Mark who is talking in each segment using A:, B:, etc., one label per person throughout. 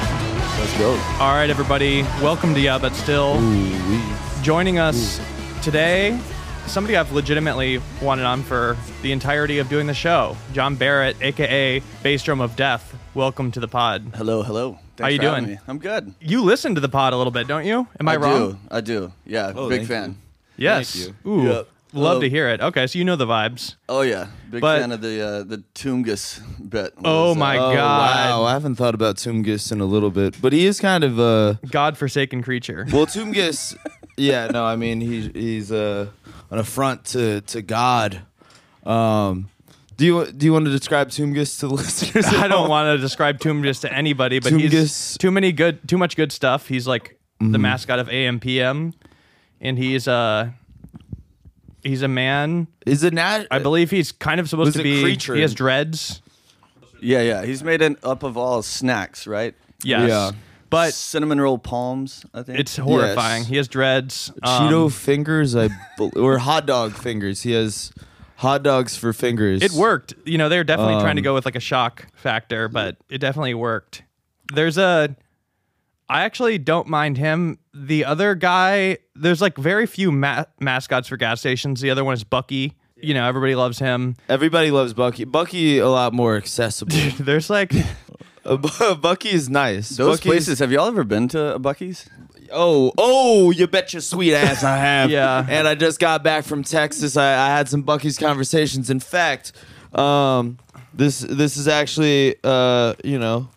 A: Let's go.
B: All right, everybody, welcome to Yeah But Still. Joining us today, somebody I've legitimately wanted on for the entirety of doing the show, John Barrett, aka Bass Drum of Death. Welcome to the pod.
A: Hello, hello. Thanks
B: you
A: for having
B: doing?
A: Me. I'm good.
B: You listen to the pod a little bit, don't you? Am I, wrong?
A: do. I do. Yeah.
C: Oh,
A: big
C: thank
A: fan.
C: you.
B: Yes.
C: Thank
B: Ooh,
A: Yeah.
B: love
A: Hello.
B: to hear it. Okay, so you know the vibes.
A: Oh yeah. Big
B: But-
A: fan of the uh, the Tungus bit. What
B: Oh
A: was uh, that?
B: my
C: Oh,
B: god,
C: wow. I haven't thought about Tumgis in a little bit, but he is kind of uh
B: godforsaken creature.
C: well, Tumgis. yeah, no, I mean he's he's uh, an affront to to God. Um, do you do you want to describe Tumgis to the listeners? at
B: I don't
C: all?
B: want to describe Toomgus to anybody, but he's
C: Toomgus.
B: too many good, too much good stuff. He's like
C: Mm-hmm.
B: the mascot of AMPM, and he's uh he's a man.
C: Is it not?
B: I believe he's kind of supposed
C: Uh, Was
B: to
C: a
B: be.
C: creature.
B: He has dreads.
A: Yeah, yeah. He's made an up of all snacks, right?
B: Yes,
C: Yeah.
B: but
A: cinnamon roll palms. I think
B: it's horrifying. He has dreads. Um,
C: uh, Cheeto fingers, I bel or hot dog fingers. He has hot dogs for fingers.
B: It worked. You know, they're definitely trying to
C: Um,
B: go with like a shock factor, but it definitely worked. There's a I actually don't mind him. The other guy, there's like very few ma- mascots for gas stations. The other one is Bucky. You know, everybody loves him.
C: Everybody loves Bucky. Bucky a lot more accessible.
B: There's like
C: Uh, Bu- Bucky is nice.
A: Those
C: Bucky's-
A: places. Have y'all ever been to a Bucky's?
C: Oh, oh, you bet your sweet ass I have.
B: Yeah.
C: And I just got back from Texas. I, I had some Bucky's conversations. In fact, um, this this is actually uh, you know,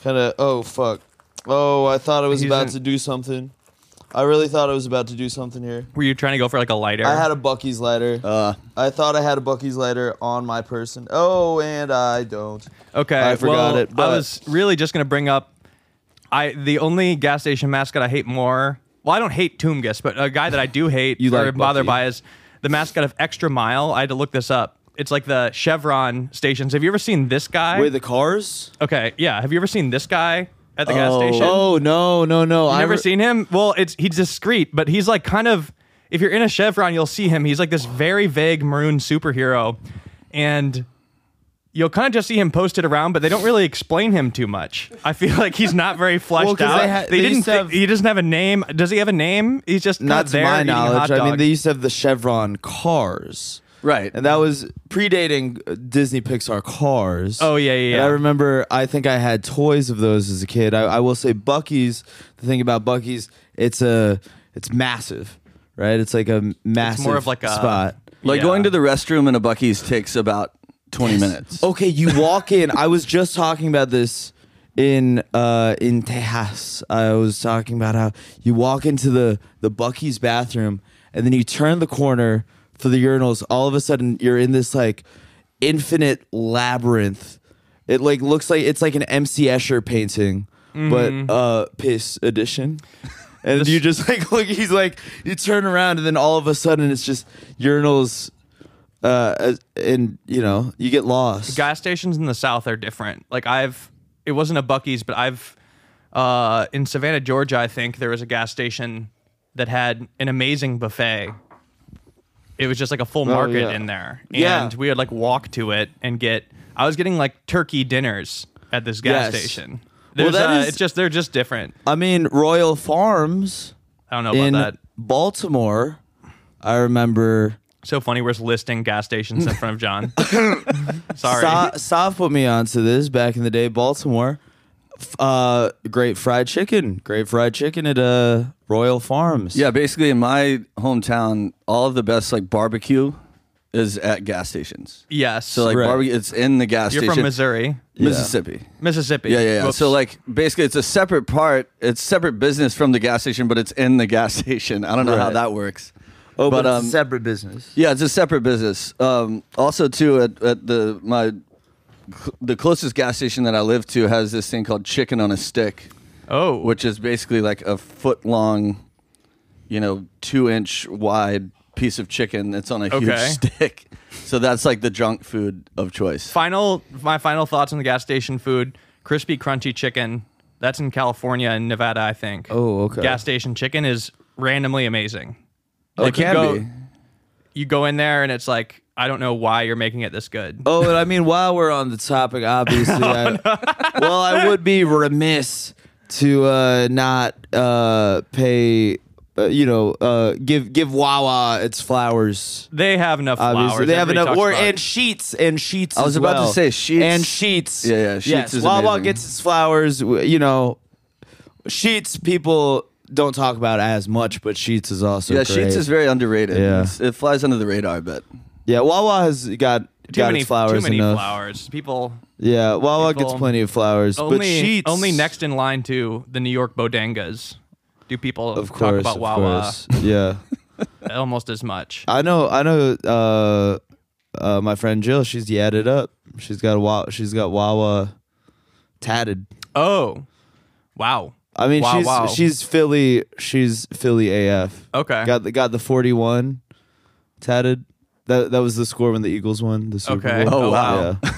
C: kind of oh fuck. Oh, I thought I was
B: He's
C: about
B: in-
C: to do something. I really thought I was about to do something here.
B: were you trying to go for like a lighter?
C: I had a Bucky's lighter.
A: Uh,
C: I thought I had a Bucky's lighter on my person. Oh, and I don't.
B: Okay,
C: I forgot
B: well,
C: it,
B: I
C: but-
B: was really just gonna bring up I the only gas station mascot I hate more. Well, I don't hate Toomgus, but a guy that I do hate
C: You
B: or
C: like
B: bother
C: Bucky.
B: by is the mascot of Extra Mile. I had to look this up. It's like the Chevron stations. Have you ever seen this guy?
C: Wait, the cars?
B: okay, yeah. Have you ever seen this guy at the gas station?
C: Oh no, no, no!
B: you
C: I
B: never
C: re-
B: seen him? Well, it's he's discreet, but he's like kind of if you're in a Chevron, you'll see him. He's like this very vague maroon superhero. And you'll kind of just see him posted around, but they don't really explain him too much. I feel like he's not very fleshed
C: Well, 'cause
B: out.
C: they ha- they
B: didn't
C: used to
B: thi-
C: have-
B: he doesn't have a name. Does he have a name? He's just kinda
C: not to
B: there
C: my
B: eating a hot
C: knowledge. I mean,
B: dog.
C: they used to have the Chevron cars,
A: Right.
C: And that was predating uh, Disney Pixar cars.
B: Oh, yeah, yeah,
C: And I
B: yeah.
C: remember. I think I had toys of those as a kid. I, I will say, Bucky's. The thing about Bucky's, it's a, it's massive, right? It's like a massive.
B: more of like a-
C: spot.
A: like
B: Yeah.
A: going to the restroom in a Bucky's takes about twenty
B: Oh.
A: minutes.
C: Okay, you walk in. I was just talking about this in uh in Tejas. I was talking about how you walk into the the Bucky's bathroom and then you turn the corner for the urinals. All of a sudden, you're in this like infinite labyrinth. It like looks like it's like an MC Escher painting, but uh piss edition. And you just like look. He's like you turn around, and then all of a sudden, it's just urinals uh, as- and you know you get lost.
B: gas stations in the south are different. Like I've it wasn't a Bucky's, but I've uh in Savannah, Georgia, I think there was a gas station that had an amazing buffet. It was just like a full market
C: yeah.
B: in there. And
C: Yeah.
B: we would like walk to it and get I was getting like turkey dinners at this gas
C: Yes.
B: station.
C: Well,
B: There's
C: that
B: uh,
C: is-
B: it's just they're just different.
C: I mean, Royal Farms
B: I don't know about
C: in
B: that.
C: Baltimore. I remember
B: So funny we're just listing gas stations in front of John. Sorry.
C: Sa- Sav put me onto this back in the day. Baltimore, F- uh, great fried chicken, great fried chicken at uh, Royal Farms.
A: Yeah, basically in my hometown, all of the best like barbecue is at gas stations.
B: yes.
A: So like
C: Right.
A: barbecue, it's in the gas
B: You're
A: station.
B: from Missouri.
A: Mississippi.
B: Mississippi.
A: Yeah, yeah. yeah.
B: Whoops.
A: So like basically, it's a separate part. It's separate business from the gas station, but it's in the gas station. I don't know how
C: Right.
A: that works.
C: oh, but,
A: but,
C: it's
A: um,
C: a separate business.
A: Yeah, it's a separate business. Um, also, too, at, at the my the closest gas station that I live to has this thing called chicken on a stick,
B: Oh,
A: which is basically like a foot long, you know, two inch wide piece of chicken that's on a
B: Okay.
A: huge stick. So that's like the junk food of choice.
B: final my final thoughts on the gas station food: crispy, crunchy chicken. That's in California and Nevada, I think.
C: Oh, okay.
B: Gas station chicken is randomly amazing.
C: Oh,
A: It can
B: go,
A: be.
B: You go in there and it's like I don't know why you're making it this good.
C: Oh, and I mean, while we're on the topic, obviously, I, well, I would be remiss to uh, not uh, pay, uh, you know, uh, give give Wawa its flowers.
B: They have enough
C: Obviously,
B: flowers.
C: they have
B: Everybody
C: enough,
B: talks
C: or
B: about it.
C: and sheets and sheets.
A: I was
C: as
A: about to
C: well.
A: say sheets.
C: and sheets.
A: Yeah, yeah, sheets
C: Yes,
A: is
C: Wawa
A: amazing.
C: gets its flowers. w- You know, sheets people don't talk about as much, but sheets is also
A: yeah,
C: great.
A: Sheets is very underrated.
C: Yeah.
A: It's- it flies under the radar, I bet.
C: yeah. Wawa has got
B: too
C: got
B: many
C: its flowers
B: Too many
C: enough.
B: flowers. People
C: Yeah, Wawa
B: People-
C: gets plenty of flowers,
B: only
C: but sheets
B: only next in line to the New York bodangas. Do people
C: Of course,
B: talk about
C: of
B: Wawa
C: course. Yeah,
B: almost as much?
C: I know. I know. Uh, uh, my friend Jill, she's yadded up. She's got Wawa. She's got Wawa tatted.
B: Oh, wow.
C: I mean,
B: Wow,
C: she's
B: wow.
C: she's Philly. She's Philly AF.
B: Okay.
C: Got the got the forty one tatted. That that was the score when the Eagles won the Super
B: Okay.
C: Bowl.
B: Oh, wow.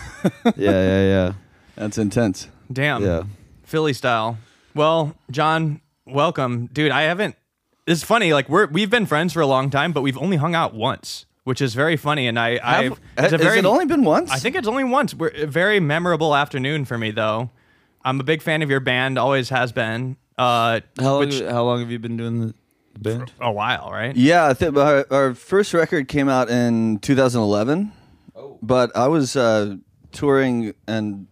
C: Yeah. yeah, yeah,
A: That's intense.
C: yeah,
B: Damn.
C: yeah.
B: Philly style. Well, John, welcome, dude. I haven't. It's funny. Like we're we've been friends for a long time, but we've only hung out once, which is very funny. And I, I
A: Has uh, it only been once?
B: I think it's only once. We're, a very memorable afternoon for me, though. I'm a big fan of your band. Always has been. Uh,
C: How long,
B: which-
C: how long have you been doing the band?
B: a while, right?
A: Yeah, I think our, our first record came out in 2011. But I was uh, touring and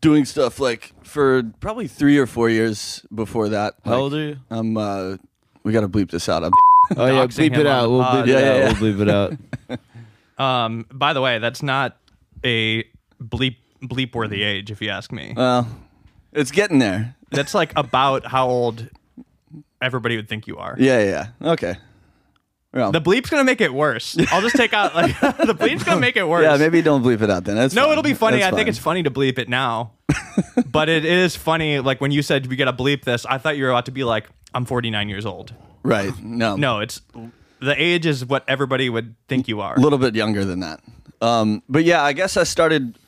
A: doing stuff like for probably three or four years before that.
C: How
A: Like,
C: old are you?
A: I'm. Uh, we gotta bleep this out. I'm
C: Oh yeah,
B: Doxing
C: bleep
B: him on
C: it out.
B: the
C: We'll
B: pod.
C: bleep
A: Yeah,
C: it
A: yeah,
C: out. We'll bleep it out.
B: Um, by the way, that's not a bleep bleep worthy age, if you ask me.
A: well. It's getting there.
B: that's like about how old everybody would think you are.
A: Yeah, yeah. yeah. Okay. Well,
B: The bleep's gonna make it worse. I'll just take out like the bleep's gonna make it worse.
A: yeah, maybe don't bleep it out then. That's
B: No,
A: fine.
B: it'll be funny.
A: That's
B: I think
A: fine.
B: it's funny to bleep it now. but it is funny. Like when you said we gotta bleep this, I thought you were about to be like, I'm 49 years old.
A: right. No,
B: No, it's the age is what everybody would think you are.
A: a little bit younger than that. Um, but yeah, I guess I started.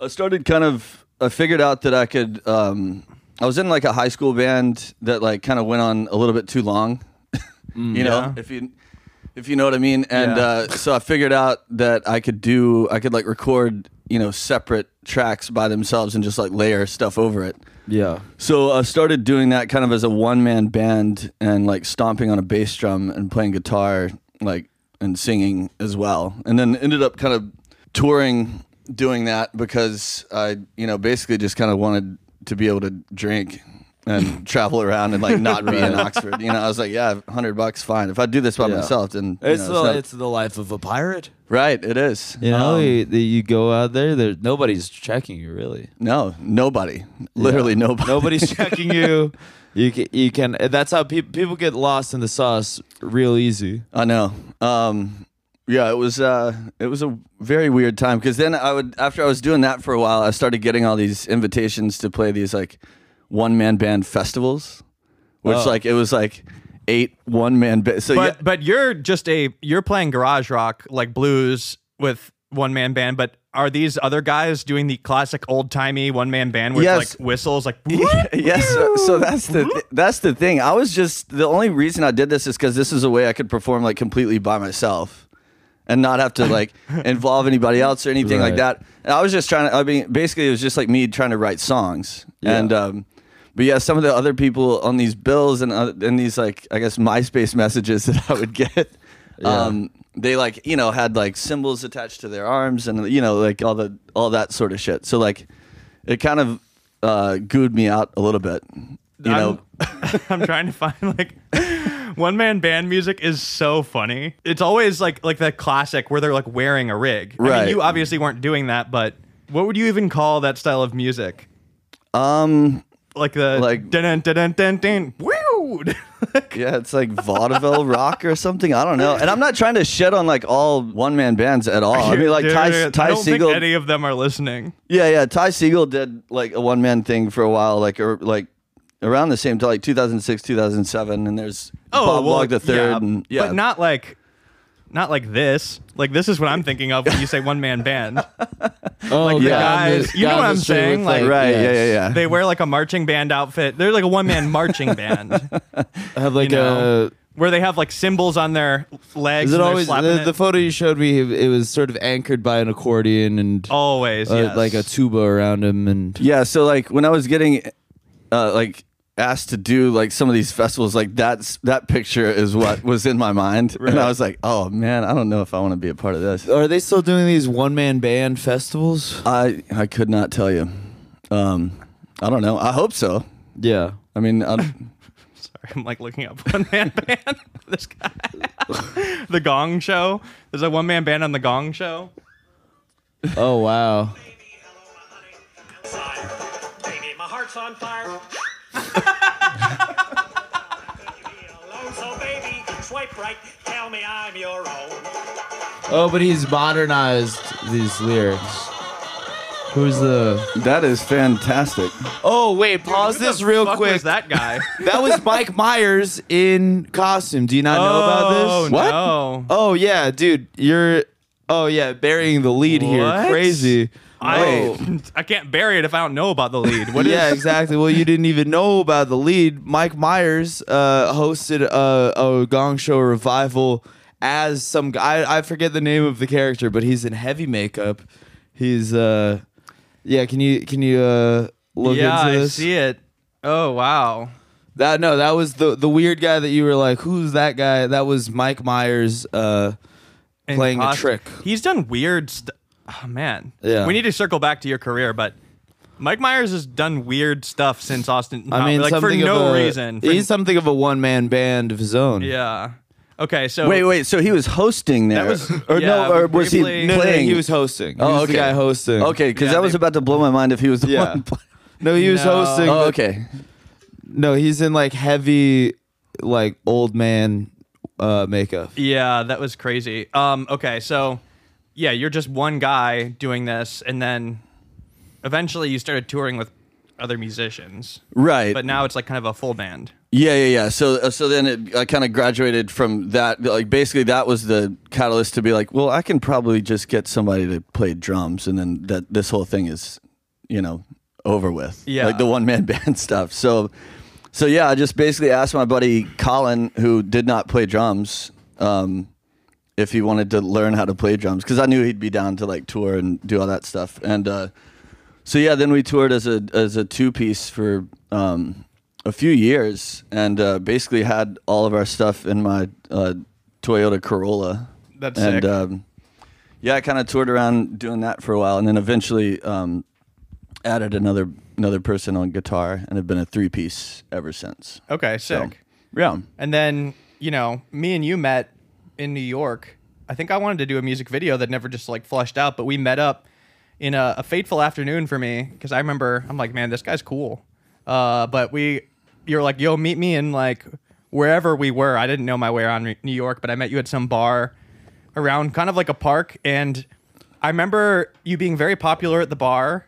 A: I started kind of. I figured out that I could. Um, I was in like a high school band that like kind of went on a little bit too long. you know,
B: Mm, Yeah.
A: if you if you know what I mean. And
B: Yeah.
A: uh, so I figured out that I could do. I could like record you know separate tracks by themselves and just like layer stuff over it.
C: Yeah.
A: So I started doing that kind of as a one man band and like stomping on a bass drum and playing guitar like and singing as well. And then ended up kind of touring doing that because I, you know, basically just kind of wanted to be able to drink and travel around and like not be in Oxford. You know, I was like, yeah, 100 bucks fine. If I do this by
C: Yeah.
A: myself then you
C: It's
A: know,
C: the
A: not-
C: it's the life of a pirate.
A: right, it is.
C: You know,
A: Um,
C: you, you go out there, there nobody's checking you really.
A: no, nobody. Literally nobody.
C: Nobody's checking you. You can, you can. That's how people people get lost in the sauce real easy.
A: I know. Um, yeah, it was uh, it was a very weird time because then I would after I was doing that for a while, I started getting all these invitations to play these like one man band festivals, which
C: Oh.
A: like it was like eight one man ba- so
B: but
A: yeah,
B: but you're just a you're playing garage rock like blues with one man band. But are these other guys doing the classic old timey one man band with
A: Yes.
B: like whistles like
A: yes. So, so that's the thi- that's the thing. I was just the only reason I did this is because this is a way I could perform like completely by myself, and not have to like involve anybody else or anything like
C: Right.
A: that. And I was just trying to. I mean, basically, it was just like me trying to write songs.
C: Yeah.
A: And um, but yeah, some of the other people on these bills and uh, and these like I guess MySpace messages that I would get. Um, they like you know had like symbols attached to their arms and you know like all the all that sort of shit. So like it kind of uh, gooed me out a little bit. You know,
B: I'm, I'm trying to find like one man band music is so funny. It's always like like the classic where they're like wearing a rig. I
A: Right.
B: mean, you obviously weren't doing that, but what would you even call that style of music?
A: um,
B: Like the
A: Like-
B: dun dun dun dun dun. Woo!
A: yeah, it's like vaudeville rock or something. I don't know. And I'm not trying to shit on like all one man bands at all. I mean, like Ty,
B: Dude, I
A: Ty
B: don't
A: Siegel.
B: think any of them are listening.
A: yeah, yeah. Ty Siegel did like a one man thing for a while, like or like around the same time, like 2006, 2007. And there's Bob
B: Oh, well,
A: Log the Third, and yeah,
B: but not like, not like this. Like this is what I'm thinking of when you say one man band.
C: Oh, like
A: yeah.
B: guys- you know what I'm saying? Like-
A: right, yeah, yeah, yeah.
B: they wear like a marching band outfit. They're like a one man marching band
C: yeah. Have like
B: You know?
C: a.
B: where they have like symbols on their legs.
C: Is it
B: and they're
C: always
B: slapping
C: the,
B: it.
C: the photo you showed me? It it was sort of anchored by an accordion and
B: always
C: uh,
B: Oh, yes.
C: like a tuba around him, and
A: Yeah, so like when I was getting uh, like asked to do like some of these festivals, like that's that picture is what was in my mind, and I was like, oh man, I don't know if I want to be a part of this.
C: Are they still doing these one man band festivals?
A: I I could not tell you. Um, I don't know. I hope so.
C: Yeah.
A: I mean, I,
B: Sorry, I'm like looking up one man band. this guy, the Gong Show. There's a one man band on the Gong Show.
C: Oh wow.
D: Baby, my heart's on fire. so baby, swipe right, tell me I'm your own.
C: Oh, but he's modernized these lyrics. Who's the?
A: that is fantastic.
C: Oh wait, pause this real
B: Fuck
C: quick.
B: was that guy?
C: That was Mike Myers in costume. Do you not know about
B: oh
C: this? What?
B: no!
C: Oh yeah, dude, you're. Oh yeah, burying the lead here.
B: What?
C: Crazy.
B: I,
C: Oh.
B: I can't bury it if I don't know about the lead. What is
C: yeah, exactly. Well, you didn't even know about the lead. Mike Myers uh, hosted a, a Gong Show revival as some guy. I, I forget the name of the character, but he's in heavy makeup. He's uh, yeah. Can you can you uh, look
B: yeah,
C: into
B: I
C: this?
B: see it. Oh wow!
C: That no, that was the the weird guy that you were like, who's that guy? That was Mike Myers. Uh,
B: And
C: Playing a
B: cost-
C: trick.
B: He's done weird stuff. Oh man.
C: Yeah.
B: We need to circle back to your career, but Mike Myers has done weird stuff since Austin.
C: I mean,
B: like for
C: something of
B: no
C: a-
B: reason. For-
C: he's something of a one man band of his own.
B: yeah. Okay, so
A: Wait, wait. So he was hosting there,
B: was-
A: or
B: yeah,
A: no, or was he
B: briefly-
A: playing? Oh,
C: No, no, he was hosting. He was the guy hosting.
A: Okay, because
B: Yeah,
A: that was
B: they-
A: about to blow my mind if he was the
C: Yeah.
A: one. Playing.
C: No, he was
B: No.
C: hosting.
A: Oh,
C: the-
A: okay.
C: No, he's in like heavy, like old man uh, makeup.
B: Yeah, that was crazy. Um, okay, so yeah, you're just one guy doing this, and then eventually you started touring with other musicians,
A: Right.
B: but now it's like kind of a full band.
A: Yeah, yeah, yeah. So, uh, so then it, I kind of graduated from that. Like, basically, that was the catalyst to be like, well, I can probably just get somebody to play drums, and then that this whole thing is, you know, over with.
B: Yeah.
A: like the one man band stuff. So, so yeah, I just basically asked my buddy Colin, who did not play drums, um, if he wanted to learn how to play drums because I knew he'd be down to like tour and do all that stuff. And uh, so yeah, then we toured as a as a two piece for um, a few years, and uh, basically had all of our stuff in my uh, Toyota Corolla.
B: That's
A: and
B: sick.
A: Um, yeah, I kind of toured around doing that for a while, and then eventually um, added another another person on guitar, and have been a three piece ever since.
B: Okay, sick.
A: Yeah.
B: And then you know, me and you met in New York. I think I wanted to do a music video that never just like flushed out, but we met up in a, a fateful afternoon for me because I remember I'm like, man, this guy's cool. Uh, but we, you're like, yo, meet me in like wherever we were. I didn't know my way around New York, but I met you at some bar around kind of like a park, and I remember you being very popular at the bar.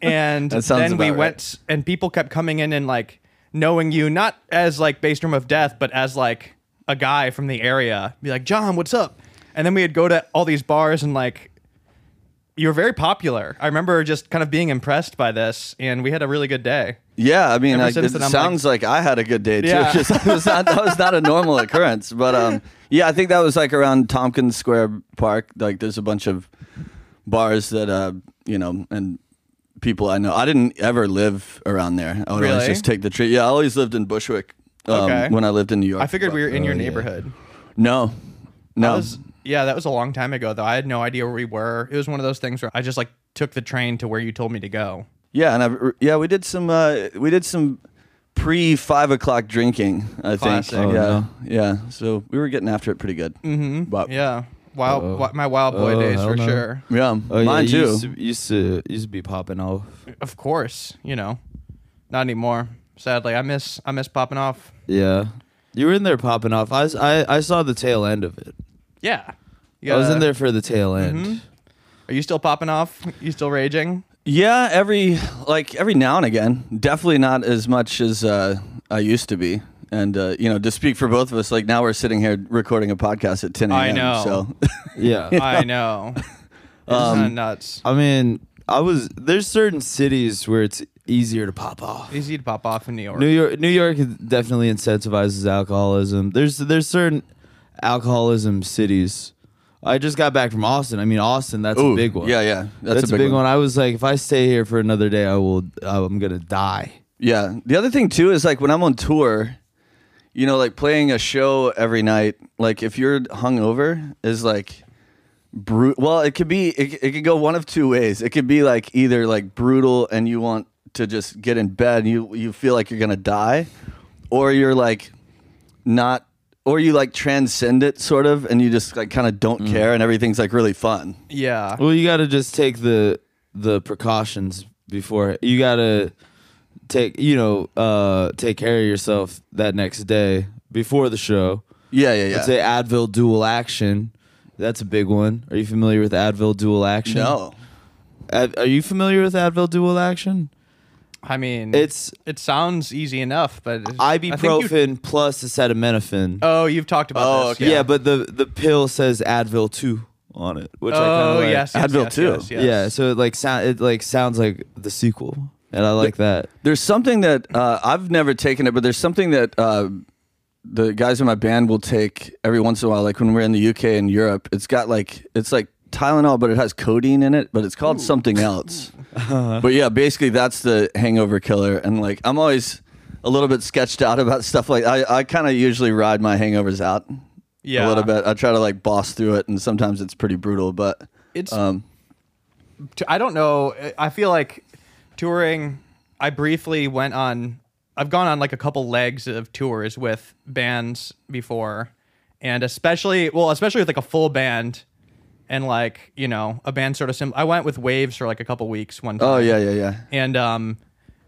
B: and
A: That sounds
B: then we
A: about right.
B: went, and people kept coming in and like knowing you not as like bass drum of death, but as like a guy from the area. Be like, John, what's up? And then we'd go to all these bars and like you were very popular. I remember just kind of being impressed by this, and we had a really good day.
A: Yeah, I mean,
B: Ever
A: I,
B: since
A: it
B: then, I'm
A: sounds like, I had a good day too.
B: Yeah.
A: It's just- it was not, that was not a normal occurrence, but um, yeah, I think that was like around Tompkins Square Park. Like, there's a bunch of bars that uh, you know, and people I know. I didn't ever live around there. I would
B: Really?
A: always just take the tree. Yeah, I always lived in Bushwick um,
B: Okay.
A: when I lived in New York.
B: I figured we were in your
A: Oh,
C: yeah.
B: neighborhood.
A: no, no.
B: That was yeah, that was a long time ago though. I had no idea where we were. It was one of those things where I just like took the train to where you told me to go.
A: Yeah, and I've, yeah, we did some uh, we did some pre five o'clock drinking. I
B: Classic.
A: think.
B: Oh,
A: yeah,
C: no.
A: yeah. So we were getting after it pretty good. Mm-hmm. But
B: Yeah, wild wi- my wild boy
C: Oh,
B: days
C: hell
B: for
C: no.
B: sure.
A: Oh, yeah, mine
C: you
A: too.
C: Oh, Used to, used to used to be popping off.
B: Of course, you know, not anymore. Sadly, I miss I miss popping off.
C: Yeah, you were in there popping off. I, s- I, I saw the tail end of it.
B: Yeah, you
C: I was
B: gotta-
C: in there for the tail
A: Mm-hmm.
C: end.
B: Are you still popping off? You still raging?
A: Yeah, every like every now and again. Definitely not as much as uh, I used to be. And uh, you know, to speak for both of us, like now we're sitting here recording a podcast at ten a.m.
B: I know.
A: So
C: Yeah,
B: I know. It's kind
C: Um,
B: of nuts.
C: I mean, I was there's certain cities where it's easier to pop off.
B: Easy to pop off in New York.
C: New York, New York definitely incentivizes alcoholism. There's there's certain alcoholism cities. I just got back from Austin. I mean, Austin, that's a
A: Ooh,
C: big one.
A: Yeah, yeah,
C: that's, a big, one. I was like, if I stay here for another day, I will. I'm gonna die.
A: Yeah. The other thing too is like when I'm on tour, you know, like playing a show every night, like if you're hungover is like bru- well, it could be it, it could go one of two ways. It could be like either like brutal and you want to just get in bed and you you feel like you're going to die or you're like not or you like transcend it sort of and you just like kind of don't care and everything's like really fun.
B: Yeah.
C: Well, you got to just take the the precautions before. You got to take you know uh take care of yourself that next day before the show.
A: Yeah, yeah, yeah.
C: Let's say Advil Dual Action. That's a big one. Are you familiar with Advil Dual Action?
A: no.
C: Ad- are you familiar with Advil Dual Action?
B: I mean,
C: It's
B: it sounds easy enough, but it's- I think you-
C: ibuprofen plus acetaminophen.
B: oh, you've talked about
A: Oh,
B: this.
A: okay.
C: yeah. but the the pill says Advil two on it, which I kind of
B: Oh
C: like.
B: yes, yes,
A: Advil
B: yes,
A: too.
B: yes, yes.
C: Yeah, so it like sound it like sounds like the sequel, and I like that.
A: There's something that uh, I've never taken it, but there's something that uh, the guys in my band will take every once in a while. Like when we're in the UK and Europe, it's got like it's like Tylenol, but it has codeine in it, but it's called something else. But yeah, basically that's the hangover killer. And like I'm always a little bit sketched out about stuff like I, I kind of usually ride my hangovers out a
B: yeah.
A: little bit. I try to like boss through it, and sometimes it's pretty brutal. But
B: It's
A: um,
B: t- I don't know. I feel like touring. I briefly went on. I've gone on like a couple legs of tours with bands before, and especially well, especially with like a full band, and like you know a band sort of sim. I went with Waves for like a couple weeks one time.
A: oh yeah, yeah, yeah.
B: And um,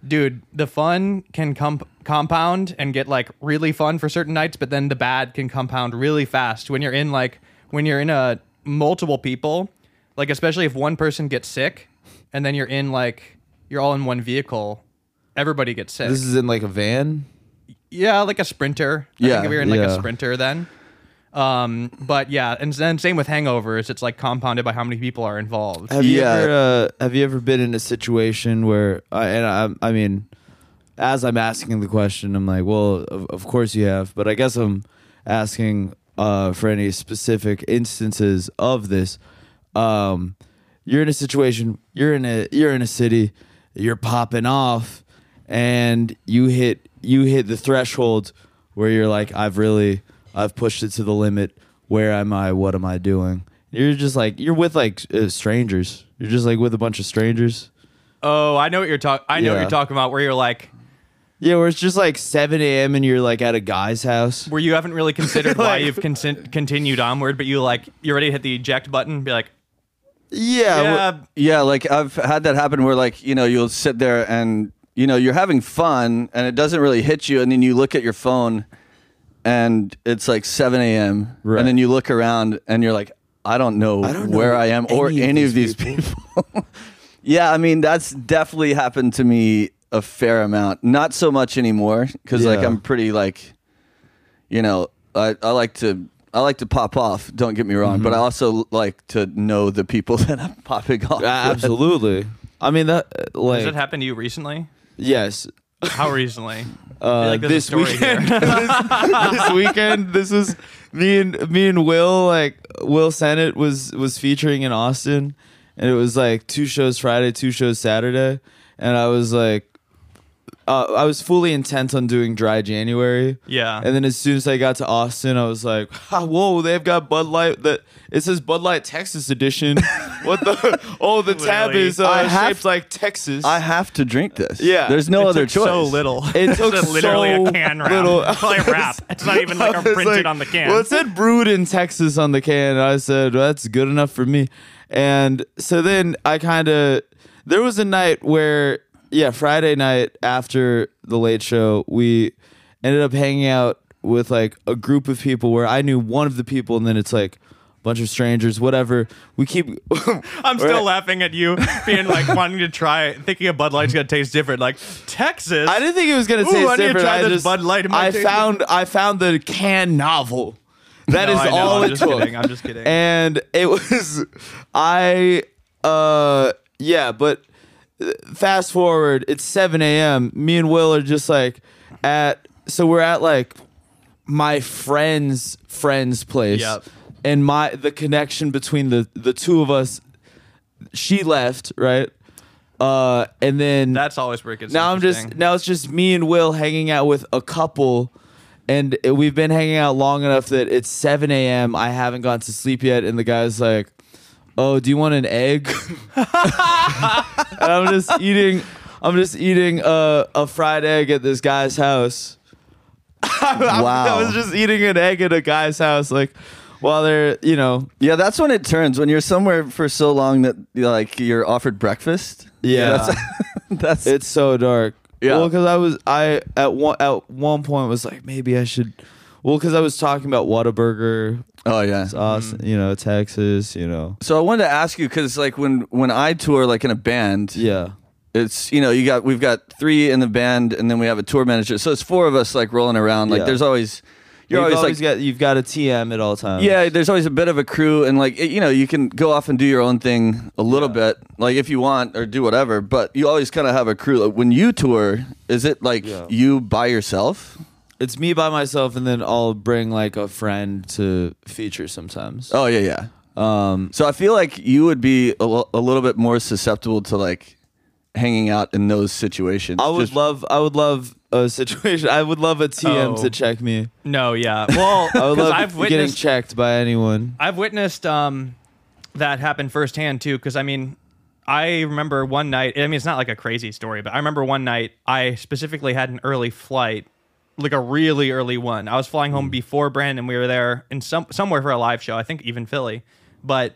B: dude, the fun can comp- compound and get like really fun for certain nights, but then the bad can compound really fast when you're in like when you're in a multiple people, like especially if one person gets sick, and then you're in like you're all in one vehicle, everybody gets sick.
C: This is in like a van.
B: yeah, like a sprinter. I
A: Yeah,
B: think we were in like a
C: yeah.
B: sprinter then. Um, but yeah, and then same with hangovers. It's like compounded by how many people are involved.
C: Have you
A: Yeah.
C: ever uh, have you ever been in a situation where I and I, I mean, as I'm asking the question, I'm like, well, of, of course you have, but I guess I'm asking uh, for any specific instances of this. Um, you're in a situation, you're in a you're in a city, you're popping off, and you hit you hit the threshold where you're like, I've really I've pushed it to the limit. Where am I? What am I doing? You're just like you're with like uh, strangers. You're just like with a bunch of strangers.
B: Oh, I know what you're talking. I know what
C: Yeah.
B: you're talking about. Where you're like,
C: Yeah, where it's just like 7 a.m. and you're like at a guy's house.
B: where you haven't really considered why you've consen- continued onward, but you like you're ready to hit the eject button, and be like,
C: Yeah,
B: yeah,
C: well-
A: Yeah, like I've had that happen where like, you know, you'll sit there and you know, you're having fun and it doesn't really hit you and then you look at your phone and it's like seven AM.
C: Right.
A: And then you look around and you're like, I don't know
C: don't
A: where
C: know
A: I am or
C: any of
A: any of these
C: these
A: people. yeah, I mean that's definitely happened to me a fair amount. Not so much anymore because like
C: Yeah.
A: I'm pretty like you know, I, I like to I like to pop off. Don't get me wrong, but I
C: Mm-hmm.
A: also like to know the people that I'm popping off.
C: a-
A: with.
C: absolutely. I mean that uh, like
B: has it happened to you recently?
C: yes.
B: How recently?
C: Uh,
B: like there's a
C: this
B: story
C: weekend, this, this weekend, this was me and me and Will. Like Will Sennett was was featuring in Austin, and it was like two shows Friday, two shows Saturday, and I was like, uh, I was fully intent on doing Dry January.
B: Yeah.
C: And then as soon as I got to Austin, I was like, "Ha, "Whoa, they've got Bud Light. That it says Bud Light Texas edition. what the? Oh, the tab
B: Literally.
C: is uh,
A: I
C: shaped
A: have-
C: like Texas.
A: I have to drink this.
C: Yeah.
A: There's no
C: It
A: other
C: took
A: choice.
B: So little.
C: It took
B: It's literally
C: so
B: a can wrap.
C: little-
B: It's like a wrap. It's not even like a
C: I was
B: printed
C: like,
B: on the can.
C: Well, it said brewed in Texas on the can. And I said, well, that's good enough for me. And so then I kind of, there was a night where, yeah, Friday night after the late show, we ended up hanging out with like a group of people where I knew one of the people, and then it's like, a Bunch of strangers, whatever. We keep.
B: I'm still laughing at you being like wanting to try, thinking a Bud Light's gonna taste different. Like Texas.
C: I didn't think it was gonna
B: Ooh,
C: taste
B: I need to
C: different.
B: try
C: I
B: this
C: just
B: Bud Light. It might
C: I
B: taste
C: found I found the can novel. That
B: No,
C: is
B: I know.
C: all
B: I'm
C: it
B: just
C: took.
B: kidding. I'm just kidding.
C: And it was I uh yeah, but uh, fast forward, it's seven a.m. Me and Will are just like at so we're at like my friend's friend's place.
B: Yep.
C: And my the connection between the the two of us, she left right. Uh, and then
B: That's always where it gets.
C: now I'm just
B: interesting.
C: now it's just me and Will hanging out with a couple, and it- we've been hanging out long enough that it's 7 a.m. I haven't gone to sleep yet, and the guy's like, "Oh, do you want an egg?" and I'm just eating. I'm just eating a, a fried egg at this guy's house.
A: wow.
C: I was just eating an egg at a guy's house, like while they're you know
A: yeah, that's when it turns when you're somewhere for so long that like you're offered breakfast.
C: Yeah.
A: that's, that's
C: It's so dark.
A: Yeah.
C: Well, because I was I at one at one point was like maybe I should. Well, because I was talking about Whataburger,
A: Oh yeah.
C: Austin, you know, Texas, you know.
A: So I wanted to ask you because like when when I tour like in a band,
C: Yeah.
A: it's you know you got we've got three in the band and then we have a tour manager, so it's four of us like rolling around. Like
C: Yeah.
A: there's always you're
C: You've
A: always,
C: always,
A: like
C: got you've got a TM at all times.
A: yeah, there's always a bit of a crew, and like it, you know, you can go off and do your own thing a little bit, like if you want or do whatever. But you always kind of have a crew. Like, when you tour, is it like
C: Yeah.
A: you by yourself?
C: It's me by myself, and then I'll bring like a friend to feature sometimes.
A: Oh yeah, yeah.
C: Um.
A: So I feel like you would be a li- a little bit more susceptible to like hanging out in those situations.
C: I would
A: Just-
C: love I would love a situation. I would love a TM
B: Oh.
C: to check me.
B: no, yeah. Well,
C: I
B: 'cause
C: would love
B: I've
C: getting
B: witnessed
C: checked by anyone.
B: I've witnessed um, that happen firsthand too. Because I mean, I remember one night. I mean, it's not like a crazy story, but I remember one night I specifically had an early flight, like a really early one. I was flying
C: Mm.
B: home before Brandon. We were there in some somewhere for a live show. I think even Philly, but